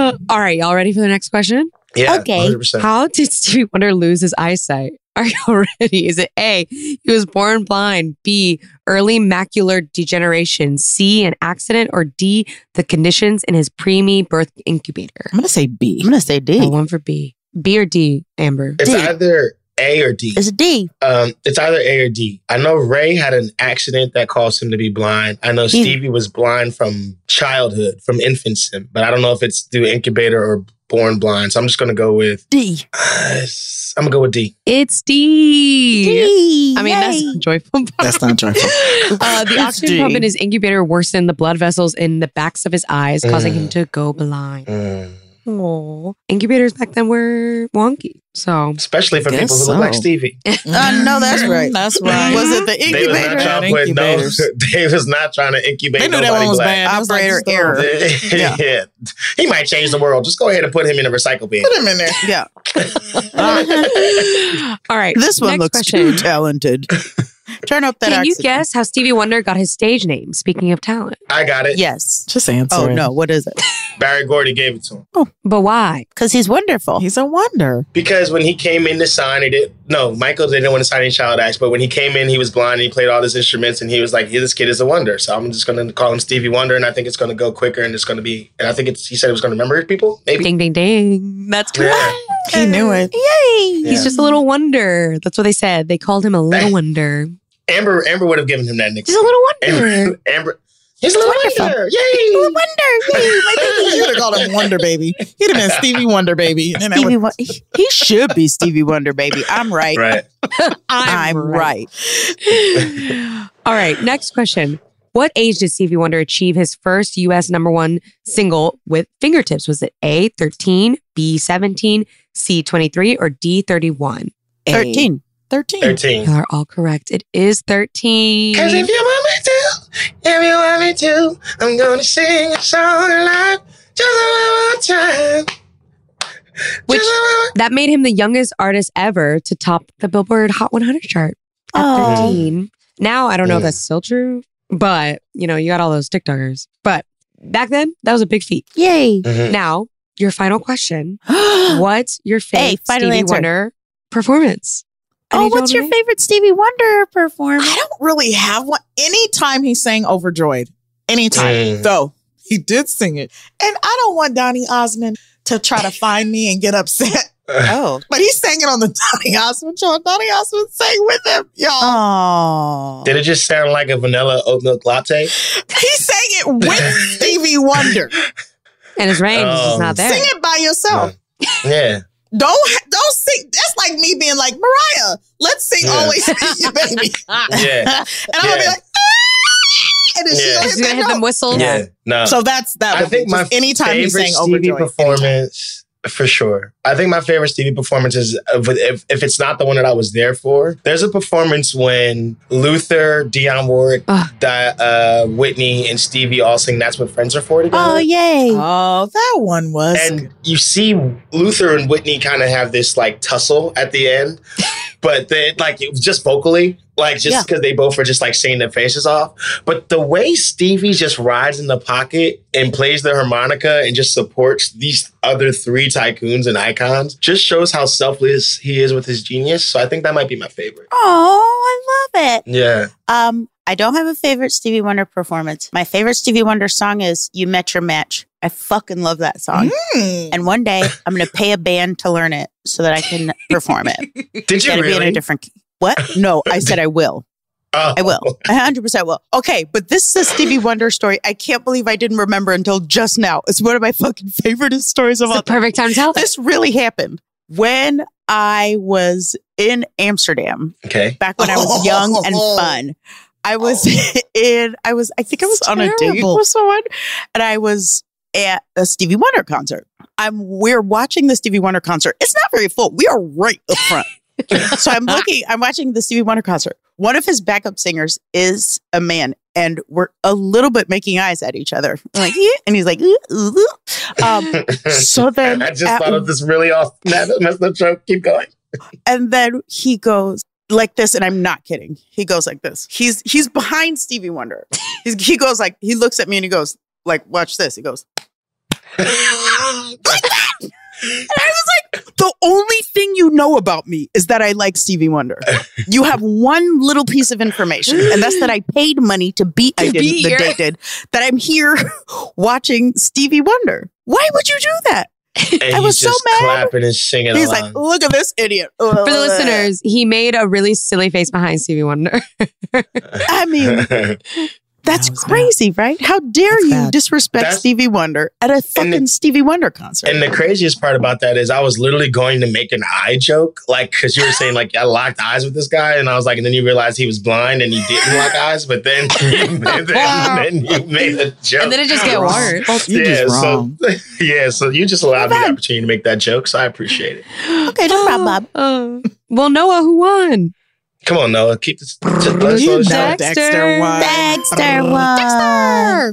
[LAUGHS] right. all right, y'all ready for the next question? Yeah, Okay. 100%. How did Stevie Wonder lose his eyesight? [LAUGHS] Are y'all ready? Is it A, he was born blind, B, early macular degeneration, C, an accident, or D, the conditions in his preemie birth incubator? I'm going to say B. I'm going to say D. Oh, one for B. B or D, Amber? It's D. either A or D. It's D. Um, it's either A or D. I know Ray had an accident that caused him to be blind. I know He- Stevie was blind from childhood, from infancy, but I don't know if it's through incubator or born blind. So I'm just gonna go with uh, D. I'm gonna go with D. It's D. D. I mean, that's Yay. a joyful. [LAUGHS] That's not [LAUGHS] joyful. uh, the It's oxygen D. pump in his incubator worsened the blood vessels in the backs of his eyes, causing him Mm. to go blind. Mm. Aww. Incubators back then were wonky. So [LAUGHS] Especially for Guess people who look like so. Stevie. Uh, no, that's right. That's right. Was it the They was not trying to put no, [LAUGHS] they was not trying to incubate They knew that nobody one was black. bad. It was like, Operator just throw error. it. [LAUGHS] yeah. Yeah. He might change the world. Just go ahead and put him in a recycle [LAUGHS] bin. [LAUGHS] Put him [LAUGHS] in there. Yeah. all right. This one next looks question. too [LAUGHS] talented. Turn up that Can you oxygen. guess how Stevie Wonder got his stage name? Speaking of talent. I got it. Yes. Just answer. Oh, it. no. What is it? Barry Gordy gave it to him. But why? Because he's wonderful. He's a wonder. Because when he came in to sign it, it no, Michael didn't want to sign any child acts, but when he came in, he was blind and he played all his instruments and he was like, yeah, this kid is a wonder. So I'm just going to call him Stevie Wonder and I think it's going to go quicker and it's going to be, and I think it's, he said it was going to remember people. Maybe. Ding ding ding. That's Yeah. correct. He knew it. Yay. He's Yeah. just a little wonder. That's what they said. They called him a little Hey. wonder. Amber, Amber would have given him that Just a nickname. little wonder. Amber, Amber, he's a little Wonderful. wonder. Yay. Wonder. Yay. [LAUGHS] My You would have called him Wonder Baby. He'd have been Stevie Wonder [LAUGHS] Baby. And I Stevie would- Won- he he should be Stevie Wonder, baby. I'm right. Right. I'm right. [LAUGHS] All right, next question. What age did Stevie Wonder achieve his first US number one single with fingertips? Was it A, 13, B, 17, C, 23, or D, 31? A. 13. 13. 13. You are all correct. It is 13. Cause if you want me to, if you want me to, I'm gonna sing a song of life just one more time. Which- just one more- That made him the youngest artist ever to top the Billboard Hot 100 chart at Oh. 13. Now, I don't know if Yeah. that's still true, but you know, you got all those TikTokers. But back then, that was a big feat. Yay. Now, your final question [GASPS] Mm-hmm. oh, What's your Hey, favorite final Stevie answer. Oh, Wonder performance? I need what's y'all your to favorite Stevie Wonder performance? I don't really have one. Anytime he sang Overjoyed, anytime, Mm. though, he did sing it. And I don't want Donny Osmond to try to find me and get upset. [LAUGHS] Oh. But he sang it on the Donny Osmond show. and Donny Osmond sang with him, y'all. Oh. Did it just sound like a vanilla oat milk latte? He sang it [LAUGHS] with Stevie Wonder. Sing And his range is just Um, not there. it by yourself. Yeah. Don't don't sing. That's like me being like Mariah. Let's sing Yeah. always be [LAUGHS] your baby, Yeah. and I'm gonna be Yeah. like, "Ah!" and then she's Yeah. She's gonna gonna hit hit that them note. whistle. Yeah. No. So that's that. I Would I think think my just anytime you favorite sang Stevie Overjoyed. performance for sure. I think my favorite Stevie performance is uh, with- if, if it's not the one that I was there for. There's a performance when Luther, Dionne Warwick, Ugh. Di- uh, Whitney, and Stevie all sing "That's What Friends Are For" together. Oh, yay. Oh, that one was. and you see Luther and Whitney kind of have this like tussle at the [LAUGHS] end, but they like it was just vocally, like Yeah. just because they both were just like singing their faces off. But the way Stevie just rides in the pocket and plays the harmonica and just supports these other three tycoons and icons just shows how selfless he is with his genius. So I think that might be my favorite. Oh, I love it. Yeah. Um, I don't have a favorite Stevie Wonder performance. My favorite Stevie Wonder song is You Met Your Match. I fucking love that song. Hmm. And one day I'm going to pay a band to learn it so that I can perform it. Did you Gotta be in a really? different key. What? No, I said I will. Oh. I will. I 100% will. Okay, but this is a Stevie Wonder story. I can't believe I didn't remember until just now. It's one of my fucking favorite stories of It's all the perfect time to tell this. This really happened when I was in Amsterdam Okay. back when I was young and fun. I was [LAUGHS] in, I was, I think I was on a date Terrible. with someone and I was at a Stevie Wonder concert. I'm, we're watching the Stevie Wonder concert. It's not very full. We are right up front. so I'm looking, I'm watching the Stevie Wonder concert. One of his backup singers is a man and we're a little bit making eyes at each other. I'm like, yeah. And he's like, "Ooh, ooh, [LAUGHS] ooh." um, so then I just at thought of this really off. [LAUGHS] That's the joke. Keep going. and then he goes like this, and I'm not kidding. He goes like this. He's he's behind Stevie Wonder. He's, he goes like he looks at me and he goes like, "Watch this." He goes, and I was like, "The only thing you know about me is that I like Stevie Wonder. You have one little piece of information, and that's that I paid money to be I To did be the here. date did that I'm here [LAUGHS] watching Stevie Wonder. Why would you do that?" And I he's was so just mad. clapping and singing He's along. like, "Look at this idiot." For For the uh, listeners, he made a really silly face behind Stevie Wonder. I [LAUGHS] mean. That's That was crazy, right? How dare That's you bad. disrespect That's- Stevie Wonder at a fucking Stevie Wonder concert? and the craziest part about that is I was literally going to make an eye joke, like because you were saying like I locked eyes with this guy, and I was like, and then you realized he was blind and you didn't lock eyes, but [LAUGHS] then [LAUGHS] you made, Wow. then you made a joke. and then it just [LAUGHS] get Wrong. worse. yeah, just wrong. so yeah, so you just allowed me Too the bad. opportunity to make that joke, so I appreciate it. [LAUGHS] Okay, no problem, Bob. [LAUGHS] Oh. well, Noah, who won? Come on, Noah, keep this. Just, let's slow You this down. No, Dexter. Dexter won. Dexter won.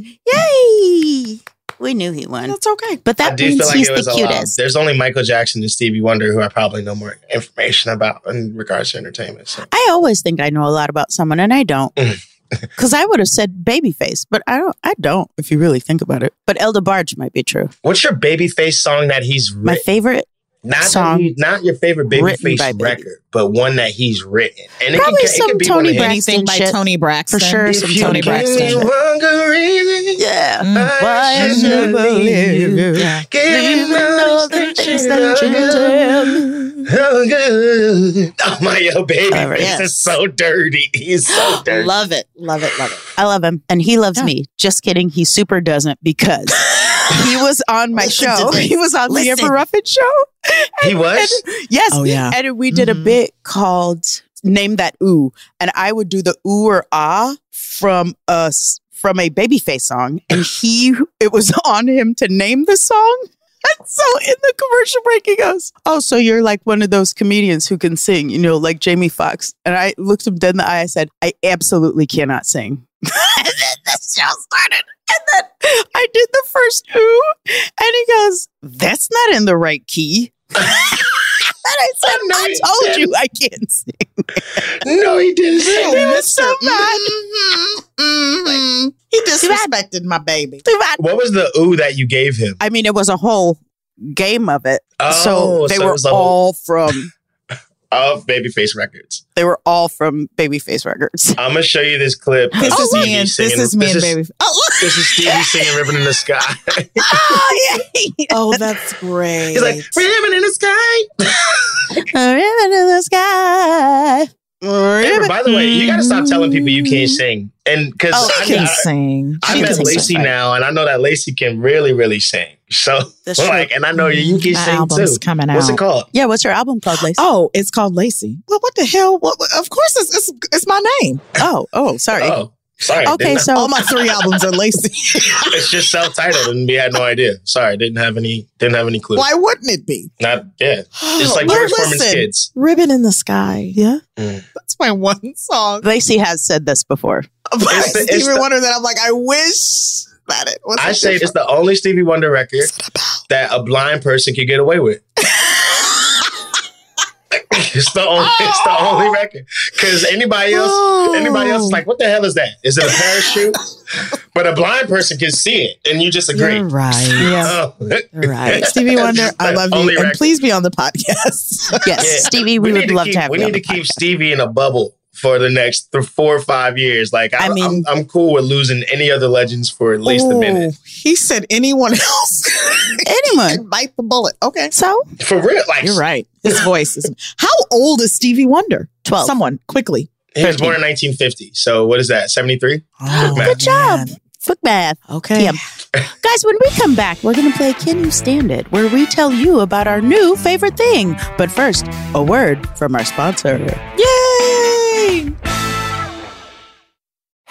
Dexter. Yay! We knew he won, That's okay. but I that do means feel like he's it was a the lot. cutest. There's only Michael Jackson and Stevie Wonder who I probably know more information about in regards to entertainment. So. I always think I know a lot about someone, and [LAUGHS] I don't, because I would have said babyface, but I don't. I don't. If you really think about it, but Elda Barge might be true. What's your babyface song that he's written? My favorite, not song that he- not your favorite written by babyface Baby. record, but one that he's written, and Probably it can, some it can be Tony one of his- Braxton Anything by shit. Tony Braxton. For sure, some If you Tony give me Braxton. one good reason, yeah. [GASPS] I Why should I should believe believe you. Give me all the things that you do. Oh, good. Oh, my oh, baby Whatever, face yes. is so dirty. He's so [GASPS] dirty. Love it. Love it. Love it. I love him and he loves Yeah. me. Just kidding. He super doesn't because [LAUGHS] he was on my Listen show. to this. He was on the Listen. Amber Ruffin show. he was. Yes. Oh, yeah. And we did a Mhm. bit called Name That Ooh. And I would do the ooh or ah from us from a babyface song. [SIGHS] And he it was [LAUGHS] on him to name the song. [LAUGHS] And so in the commercial break, he goes, Oh, so you're like one of those comedians who can sing, you know, like Jamie Foxx. And I looked him dead in the eye. I said, I absolutely cannot sing. [LAUGHS] and then the show started. And then I did the first ooh. And he goes, That's not in the right key. [LAUGHS] and I said, no, I you told didn't." you I [LAUGHS] can't sing. No, he didn't. He [LAUGHS] Say was so mad. Mm-hmm. He disrespected my [LAUGHS] baby. Too bad. What was the ooh that you gave him? I mean, it was a whole game of it. so they Oh, so it were was the whole- all from of Babyface Records. they were all from Babyface Records. Oh, I'm gonna show you this clip. This of is [LAUGHS] Stevie me and this singing- is me and baby. Oh, This is Stevie singing "Ribbon in the Sky." [LAUGHS] oh, yeah. Oh, that's great. He's like "Ribbon in the Sky." A ribbon in the sky. Amber, by the way, you gotta stop Mm. telling people you can't sing, and because Mm-hmm. Oh, she can sing. I, She am can at sing Lacey certified. now, and I know that Lacey can really, really sing. So, [LAUGHS] That's true. like, and I know you, you can That sing too. album's coming out. What's it called? Yeah, what's your album [GASPS] called, Lacey? Oh, it's called Lacey. Well, what the hell? What, what- of course, it's, it's it's my name. oh, oh, sorry. Oh, sorry. okay, didn't- so All my three albums are Lacey. [LAUGHS] it's just self-titled, and we had no idea. Sorry, didn't have any, didn't have any clue. Why wouldn't it be? Not yeah. Oh, It's like Well, George Foreman's listen, kids. ribbon in the sky. Yeah, Mm. that's my one song. Lacey has said this before. By It's the- it's Stevie the- Wonder that I'm like, I wish that it. was I say it's different. the only Stevie Wonder record that a blind person could get away with. it's the only, it's the only record because anybody else, Oh. anybody else is like, what the hell is that? Is it a parachute? but a blind person can see it, and you just agree. You're [LAUGHS] right. Yeah. Oh. right. [LAUGHS] Stevie Wonder, I That's love only you, and record. please be on the podcast. Yes, Yeah. Stevie, we, need would love keep, to have We you. need to keep Stevie in a bubble for the next th- four or five years. Like I, I am mean- I'm, I'm cool with losing any other legends for at least a minute. Ooh, He said anyone [LAUGHS] else Anyone. can [LAUGHS] bite the bullet. Okay. So For real, like You're right. His voice is. How old is Stevie Wonder? 12. Someone quickly. he was born in 1950. So what is that? 73. Oh, good job. Book bath. Okay. Damn. Guys, when we come back, we're going to play Can You Stand It, where we tell you about our new favorite thing. But first, a word from our sponsor. Yay!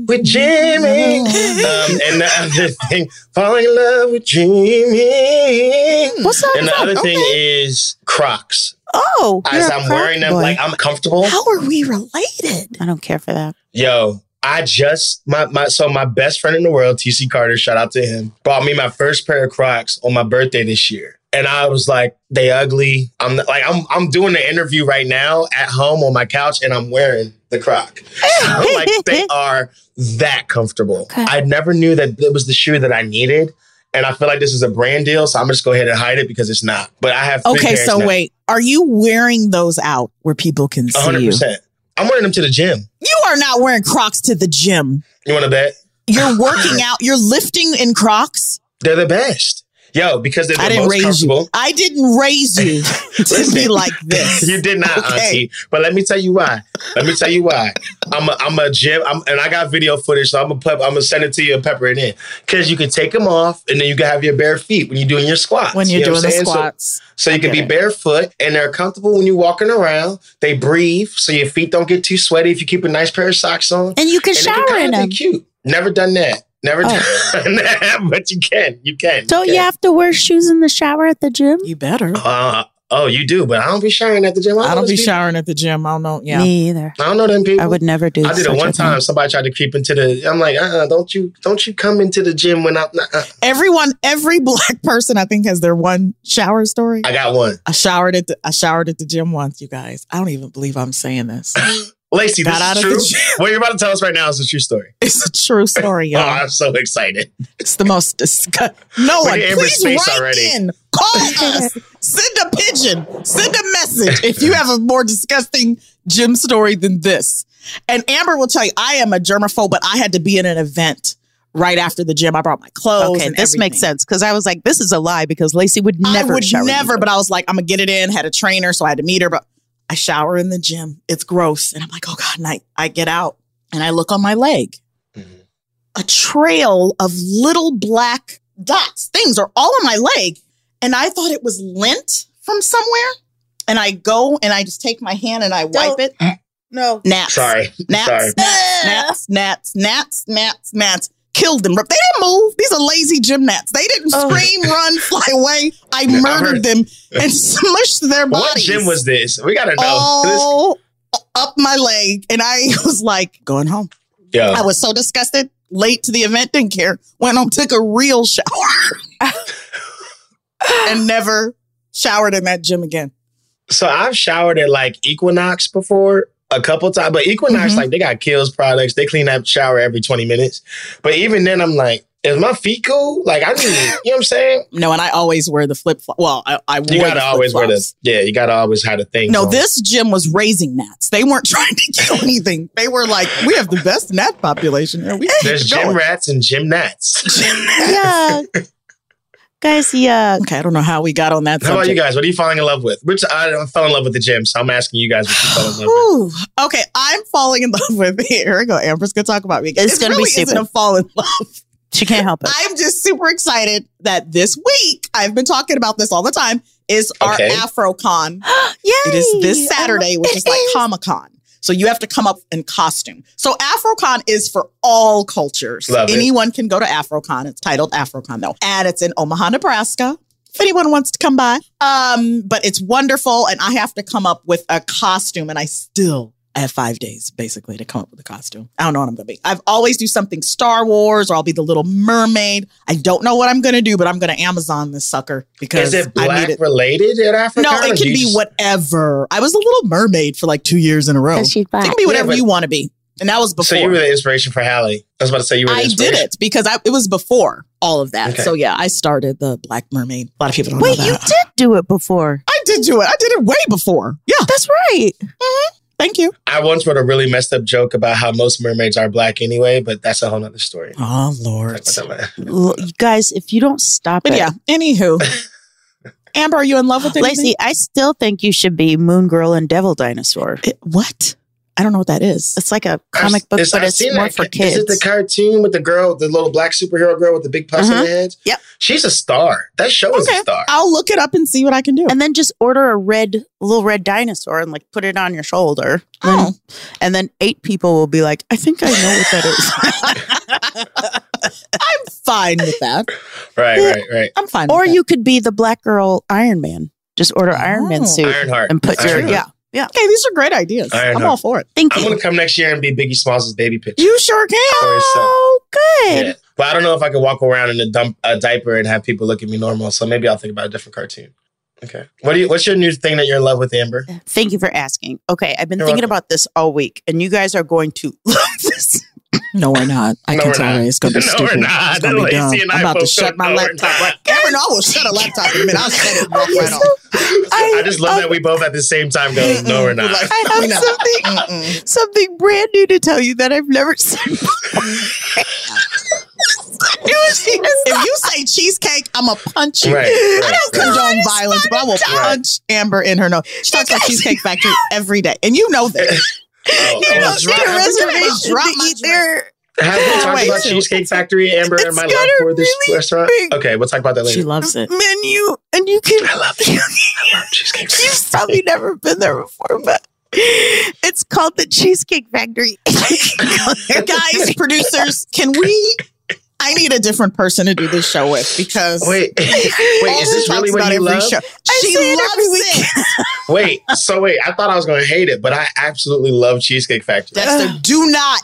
with Jimmy. Um, and the other [LAUGHS] thing, falling in love with Jimmy. What's up? And the other thing is Crocs. Oh, As you're a I'm wearing them, boy. like I'm comfortable. How are we related? I don't care for [LAUGHS] that. Yo, I just my my so my best friend in the world, TC Carter, shout out to him, bought me my first pair of Crocs on my birthday this year. And I was like, they ugly. I'm like, I'm I'm doing the interview right now at home on my couch, and I'm wearing the Croc. I'm like, [LAUGHS] they are that comfortable. I never knew that it was the shoe that I needed, and I feel like this is a brand deal, so I'm just go ahead and hide it because it's not. But I have three Okay, pairs so now. wait, are you wearing those out where people can see you? 100%. I'm wearing them to the gym. You are not wearing Crocs to the gym. You want to bet? [LAUGHS] You're working out. You're lifting in Crocs. They're the best. Yo, because they're the I didn't most raise comfortable. [LAUGHS] you. I didn't raise you [LAUGHS] to be Listen. like this. you did not, Okay. Auntie. But let me tell you why. Let me tell you why. I'm a, I'm a gym, I'm, and I got video footage, so I'm gonna pep, I'm gonna send it to you and pepper it in because you can take them off, and then you can have your bare feet when you're doing your squats. When you're You know what doing the I'm saying? So- squats. So, I you can get be it. barefoot, and they're comfortable when you're walking around. They breathe, so your feet don't get too sweaty if you keep a nice pair of socks on. And you can And it shower kinda in be them. Cute. Never done that. Never Oh. done [LAUGHS] that, but you can. You can. Don't can. you have to wear shoes in the shower at the gym? You better. Uh, oh, you do, but I don't be showering at the gym. I know don't be these showering at the gym. I don't know. Yeah. Me either. people. I don't know them people. I would never do. I did it such a one thing. time. Somebody tried to creep into the. I'm like, uh, uh don't you, don't you come into the gym when I'm. Uh, Everyone, every [LAUGHS] black person, I think, has their one shower story. I got one, I showered at the I showered at the gym once, you guys. I don't even believe I'm saying this. Lacey. This Got out is of true. the gym. [LAUGHS] What you're about to tell us right now is a true story. It's a true story, Oh, y'all. I'm so excited. It's the most disgusting. No one, We're in please space write already. in. Call us. Send a pigeon. Send a message if you have a more disgusting gym story than this. And Amber will tell you, I am a germaphobe, but I had to be in an event right after the gym. I brought my clothes. Okay, and this makes everything. sense because I was like, this is a lie because Lacey would never I would shower. in the never, gym. but I was like, I'm gonna get it in. Had a trainer, so I had to meet her. But I shower in the gym. It's gross, and I'm like, oh god. And I, I get out and I look on my leg, Mhm. a trail of little black dots. Things are all on my leg, and I thought it was lint from somewhere. And I go and I just take my hand and I wipe Don't- it. no. Naps, Sorry, naps, sorry. naps, naps, naps, naps, naps. Killed them. They didn't move. These are lazy gym gnats. They didn't Oh. scream, run, fly away. I Yeah, I murdered heard. them and [LAUGHS] smushed their bodies. Oh. What gym was this? We gotta know. all up my leg, and I [LAUGHS] was like going home. This- yo, I was so disgusted. Late to the event, didn't care. Went home, took a real shower, and never showered in that gym again. so I've showered at like Equinox before a couple times, but Equinox Mhm. like they got Kills products. They clean up shower every 20 minutes, but even then, I'm like, is my feet cool? Like I need, you know what I'm saying? No, and I always wear the flip flop. Well, I, I You wore gotta the always wear this. flip-flops. Yeah, you gotta always have the thing. No, this gym was raising gnats. They weren't [LAUGHS] trying to kill anything. They were like, we have the best gnat population here. We keep There's it gym going." rats and gym gnats. yeah. Guys, yeah. Okay, I don't know how we got on that How about you subject. guys? What are you falling in love with? Which I fell in love with the gym, so I'm asking you guys what you fell in love with. Whew. Okay, I'm falling in love [LAUGHS] with. Here we go. Amber's gonna talk about me. again. It's It gonna be really isn't stupid. a fall in love. [LAUGHS] She can't [GASPS] help it. I'm just super excited that this week I've been talking about this all the time. Is our Okay. AfroCon Yay! It is this I Saturday, love- which is like It Comic Con. So you have to come up in costume. So AfroCon is for all cultures. Love it. Anyone can go to AfroCon. It's titled AfroCon though, and it's in Omaha, Nebraska. If anyone wants to come by, um, but it's wonderful, and I have to come up with a costume, and I still. I have five days basically to come up with a costume. I don't know what I'm gonna be. I've always do something Star Wars, or I'll be the Little Mermaid. I don't know what I'm gonna do, but I'm gonna Amazon this sucker because Is it I black need it. related at Africa? No, it can be whatever. I was a little mermaid for like two years in a Oh. row. Cause she's It back. can be whatever Yeah, but- you want to be. And that was So before. you were the inspiration for Hallie. I was about to say you were. The I did inspiration. it because I, it was before all of that. Okay. So yeah, I started the Black Mermaid. A lot of people don't Wait, know you that. did do it before. I did do it. I did it way before. Yeah. Mm-hmm. That's right. Thank you. I once wrote a really messed up joke about how most mermaids are black anyway, but that's a whole nother story. Oh Lord. L- you guys, if you don't stop But it. [LAUGHS] yeah. Anywho, Amber, are you in love with anything? Lacey, I still think you should be Moon Girl and Devil Dinosaur. It- what? I don't know what that is. It's like a comic book, but I've it's seen more that. for Is kids. it the cartoon with the girl, the little black superhero girl with the big puffs on Mhm. her head? Yep. Uh, She's a star. That show is a Okay. star. I'll look it up and see what I can [LAUGHS] do. and then just order a red little red dinosaur and like put it on your shoulder. Oh. Then- and then eight people will be like, I think I know what [LAUGHS] that is. I'm fine with that. right, right, right. I'm fine. or with you could be the black girl Iron Man. Just order Iron Man Oh. suit Ironheart. and put your Ironheart. yeah. That. Okay, these are great ideas. I I'm know. all for it. Thank I'm you. going to come next year and be Biggie Smalls' baby picture. You sure can. Or his son. Oh, good. Yeah. But I don't know if I could walk around in a dump a diaper and have people look at me normal. So maybe I'll think about a different cartoon. Okay. What do you? What's your new thing that you're in love with, Amber? Thank you for asking. Okay, I've been You're thinking welcome. about this all week, and you guys are going to [LAUGHS] love this. No, we're not. I No, can we're tell not. already it's going to be [LAUGHS] No, we're stupid. not. It's gonna be Lacey dumb. and I I'm about to both shut said my no, we're laptop. not. Right. Cameron, I will shut a laptop in a minute. I'll shut it and walk right off. [LAUGHS] I, just love that we both at the same time go. No, we're not. Like, I no, we're have not. something Mm-mm. something brand new to tell you that I've never seen. It was- if you say cheesecake, I'm going to punch you. Right, I right, don't right. condone violence, but I will punch Amber in her nose. She talks about Cheesecake Factory every day, and you know that. Oh, [LAUGHS] You oh, don't drop- need a reservation Drop to my eat drink. there. [LAUGHS] Have we talked Wait, about so- Cheesecake Factory, Amber, and It's my got love a for this really restaurant? big- Okay, we'll talk about that She later. loves it. Menu, and you can. I [LAUGHS] love you. I love [LAUGHS] Cheesecake Factory. You've probably never been there before, but [LAUGHS] it's called the Cheesecake Factory. Guys, producers, can we? I need a different person to do this show with because Wait, [LAUGHS] wait, is this She talks really about what you every love? show. I She say it every loves week. it. Wait, so wait, I thought I was going to hate it, but I absolutely love Cheesecake [LAUGHS] Factory. Dexter, do not,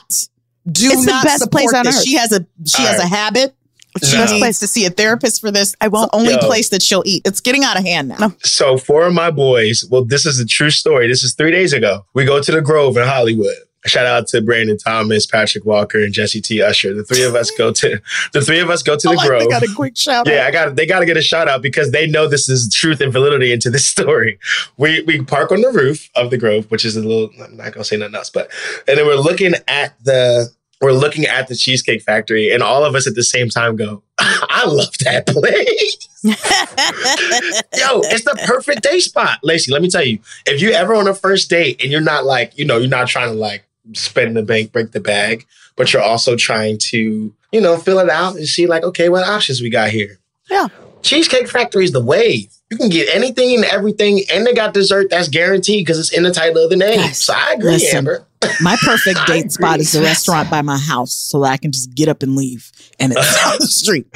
do It's the not best support place on this. earth. She has a she All has a right. habit. She No. needs to see a therapist for this. I It's won't- the only Yo. place that she'll eat. It's getting out of hand now. Oh, So four of my boys, well, this is a true story. This is three days ago. We go to the Grove in Hollywood. Shout out to Brandon Thomas, Patrick Walker, and Jesse T. Usher. The three of us go to the three of us go to I the like they Grove. got a quick shout Yeah, out. I got they got to get a shout out because they know this is truth and validity into this [LAUGHS] story. We we park on the roof of the Grove, which is a little I'm not gonna say nothing else, but and then we're looking at the we're looking at the Cheesecake Factory, and all of us at the same time go, [LAUGHS] "I love that [LAUGHS] place." Yo, it's the perfect date spot. Lacey, let me tell you, if you're ever on a first date and you're not like, you know, you're not trying to like spend the bank, break the bag, but you're also trying to, you know, fill it out and see like, okay, what options we got here. Yeah. Cheesecake Factory is the wave. You can get anything and everything, and they got dessert that's guaranteed because it's in the title of the name. Guys, so I agree, listen. Amber. My perfect [LAUGHS] I date spot agree. is the restaurant by my house so that I can just get up and leave. And it's [LAUGHS] down the street.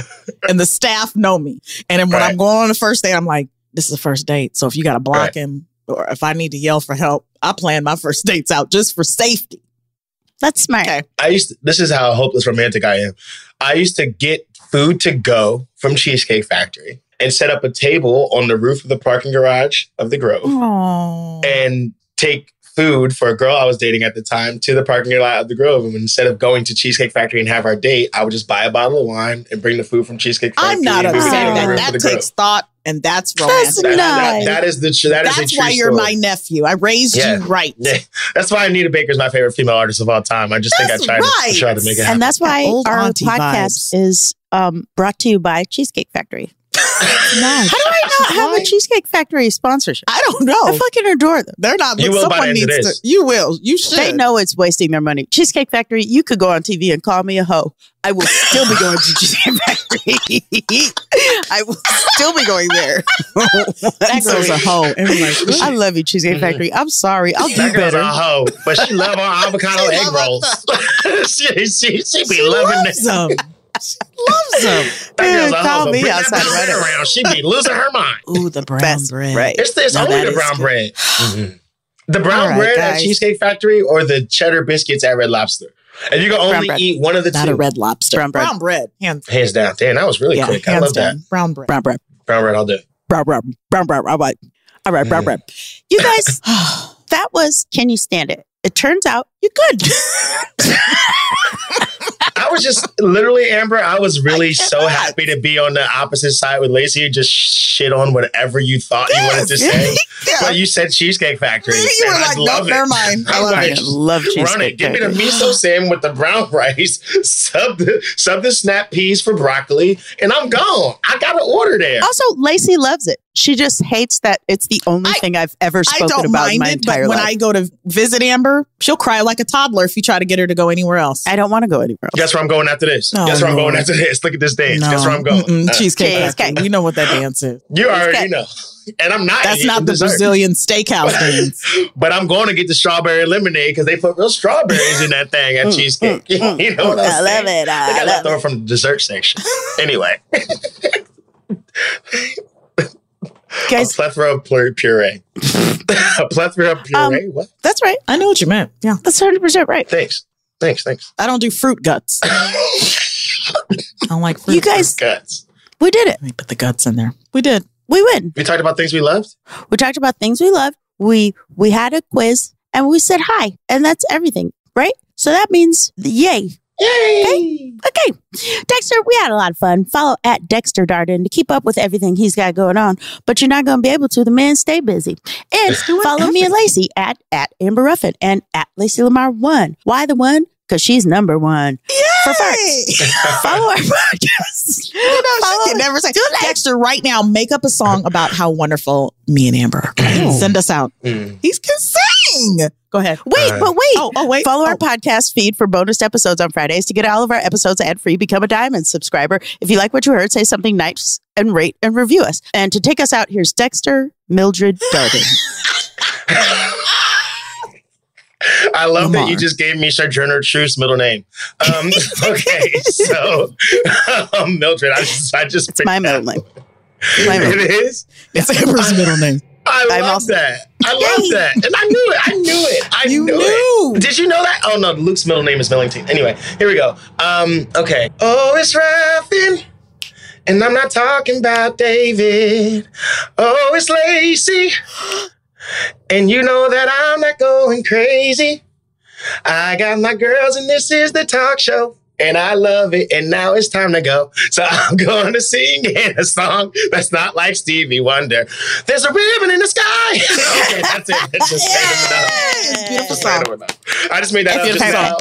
And the staff know me. And then when Right. I'm going on the first date, I'm like, this is the first date. So if you got to block him or if I need to yell for help, I plan my first [LAUGHS] dates out just for safety. That's smart. Okay. I used to, this is how hopeless romantic I am. I used to get food to go from Cheesecake Factory and set up a table on the roof of the parking garage of the Grove. Oh. and take food for a girl I was dating at the time to the parking lot of the Grove. And instead of going to Cheesecake Factory and have our date, I would just buy a bottle of wine and bring the food from Cheesecake Factory. I'm not and we would upset eat on at the that. roof That of the takes thought and that's That's romantic. Grove. That- nice. that- that is the tr- that is a That's true why you're story. my nephew. I raised Yeah. you right. [LAUGHS] Yeah. That's why Anita Baker's my favorite female artist of all time. I just That's think I tried right. to try to make [LAUGHS] it happen. And that's why Old our auntie podcast vibes. is um, brought to you by Cheesecake Factory. How [LAUGHS] do I not have Why? a Cheesecake Factory sponsorship? I don't know. I fucking adore them. They're not. You but will by someone the end of needs this. to. You will. You should. They know it's wasting their money. Cheesecake Factory, you could go on TV and call me a hoe. I will still be going to Cheesecake Factory. I will still be going there. that girl's a hoe. Everyone's like, I love you, Cheesecake Factory. I'm sorry. I'll do That girl's a better. hoe, but she [LAUGHS] love her avocado She egg love her rolls. [LAUGHS] she, she, she be she loving loves this. them. She loves them. That girl's Dude, a call hoe, but me bring that outside brown right bread now. around. She be losing her mind. Ooh, the brown Best, bread. right. It's this Now only that the is brown good. Mm-hmm. bread. The brown All right, bread at guys. Cheesecake Factory or the cheddar biscuits at Red Lobster. And you can Brown only bread. eat one of the Not two. a red lobster. Brown bread. Brown bread. Hands. Hands down. Damn, that was really yeah. quick. I hands love down. that. Brown bread. Brown bread. Brown bread all day. Brown bread. Brown bread. All right. All right. Mm-hmm. Brown bread. You guys, [SIGHS] that was Can You Stand It? It turns out you could. I was just literally, Amber, I was really I so cannot. happy to be on the opposite side with Lacey and just shit on whatever you thought you wanted to [LAUGHS] say. But you said Cheesecake Factory. You were and I like, love nope, it. never mind. I I'm love like, it. love Run it. Cheesecake Give me the Factory. miso sim with the brown [LAUGHS] rice, sub the, sub the snap peas for broccoli, and I'm gone. I got to order there. Oh. Also, Lacey loves it. She just hates that it's the only I- thing I've ever I spoken don't about in mind my it, but entire when life. I go to visit Amber, she'll cry like a toddler if you try to get her to go anywhere else. I, don't want to go anywhere else. Guess where I'm going after this? Oh, Guess where I'm no. going after this? Look at this dance. Guess where I'm going? Mm-mm, Uh, cheesecake. Cheesecake. Factory. You know what that dance is. you already cheesecake. know. And I'm not. That's eating not the dessert. Brazilian [LAUGHS] steakhouse dance. But I'm going to get the strawberry lemonade because they put real strawberries in that thing at cheesecake. [LAUGHS] you know what I'm mm. I love saying? it. They I got love left it. over from the dessert section. Anyway, a Guys, plethora of plur- puree. [LAUGHS] a plethora of puree. what? that's right. I know what you meant. Yeah. That's 100% right. Thanks. Thanks. Thanks. I don't do fruit [LAUGHS] guts. I don't like fruit. You guys, Guts. we did it. Let me put the guts in there. We did. We win. We talked about things we loved. We talked about things we loved. We we had a quiz and we said hi, and that's everything, right? So that means yay. Yay! Okay. Dexter, we had a lot of fun. Follow at Dexter Darden to keep up with everything he's got going on, but you're not going to be able to. The men stay busy. [LAUGHS] And follow me and Lacey at, at Amber Ruffin and at Lacey Lamar 1. Why the one? Because she's number one. For farts. Follow our [LAUGHS] podcast. You know, she Follow- can never say. Too late. Dexter, right now, make up a song about how wonderful me and Amber are. Send us out. Mm. He's can sing. Go ahead. Wait, but wait. Oh, oh, wait. Follow our Oh. podcast feed for bonus episodes on Fridays to get all of our episodes ad free. Become a diamond subscriber. If you like what you heard, say something nice and rate and review us. And to take us out, here's Dexter Mildred [GASPS] Darden. I love that you Lamar. just gave me Sojourner Truth's middle name. Um, okay, so um, Mildred, I just, I just it's my picked that. moment. [LAUGHS] It's my moment. It is. It's Amber's middle name. I I'm love also- that. I love Yay. that, and I knew it. I knew it. I You knew, knew. it. Did you know that? Oh no, Luke's middle name is Millington. Anyway, here we go. Um, okay. Oh, it's Raffin, and I'm not talking about David. Oh, it's Lacey, and you know that I'm not going crazy. I got my girls, and this is the talk show. And I love it, and now it's time to go. So [LAUGHS] I'm going to sing in a song that's not like Stevie Wonder. There's a ribbon in the sky. [LAUGHS] okay, that's it. That's just yes! It's a beautiful song. Random enough. I just made that up It's just beautiful. now.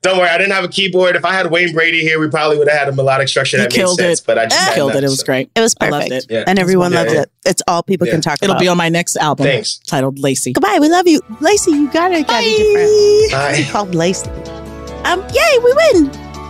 Don't worry, I didn't have a keyboard. If I had Wayne Brady here, we probably would have had a melodic structure You that made killed sense. it. But I just You had killed it. none, It was so. great. It was I perfect. loved it. Yeah. And everyone Yeah, loves yeah. it. It's all people Yeah. can talk It'll about. be on my next album. [LAUGHS] Thanks. Titled Lacey. Goodbye. We love you. Lacey, you got it. Got it different. Bye. It's called Lacey. Um, yay, we win.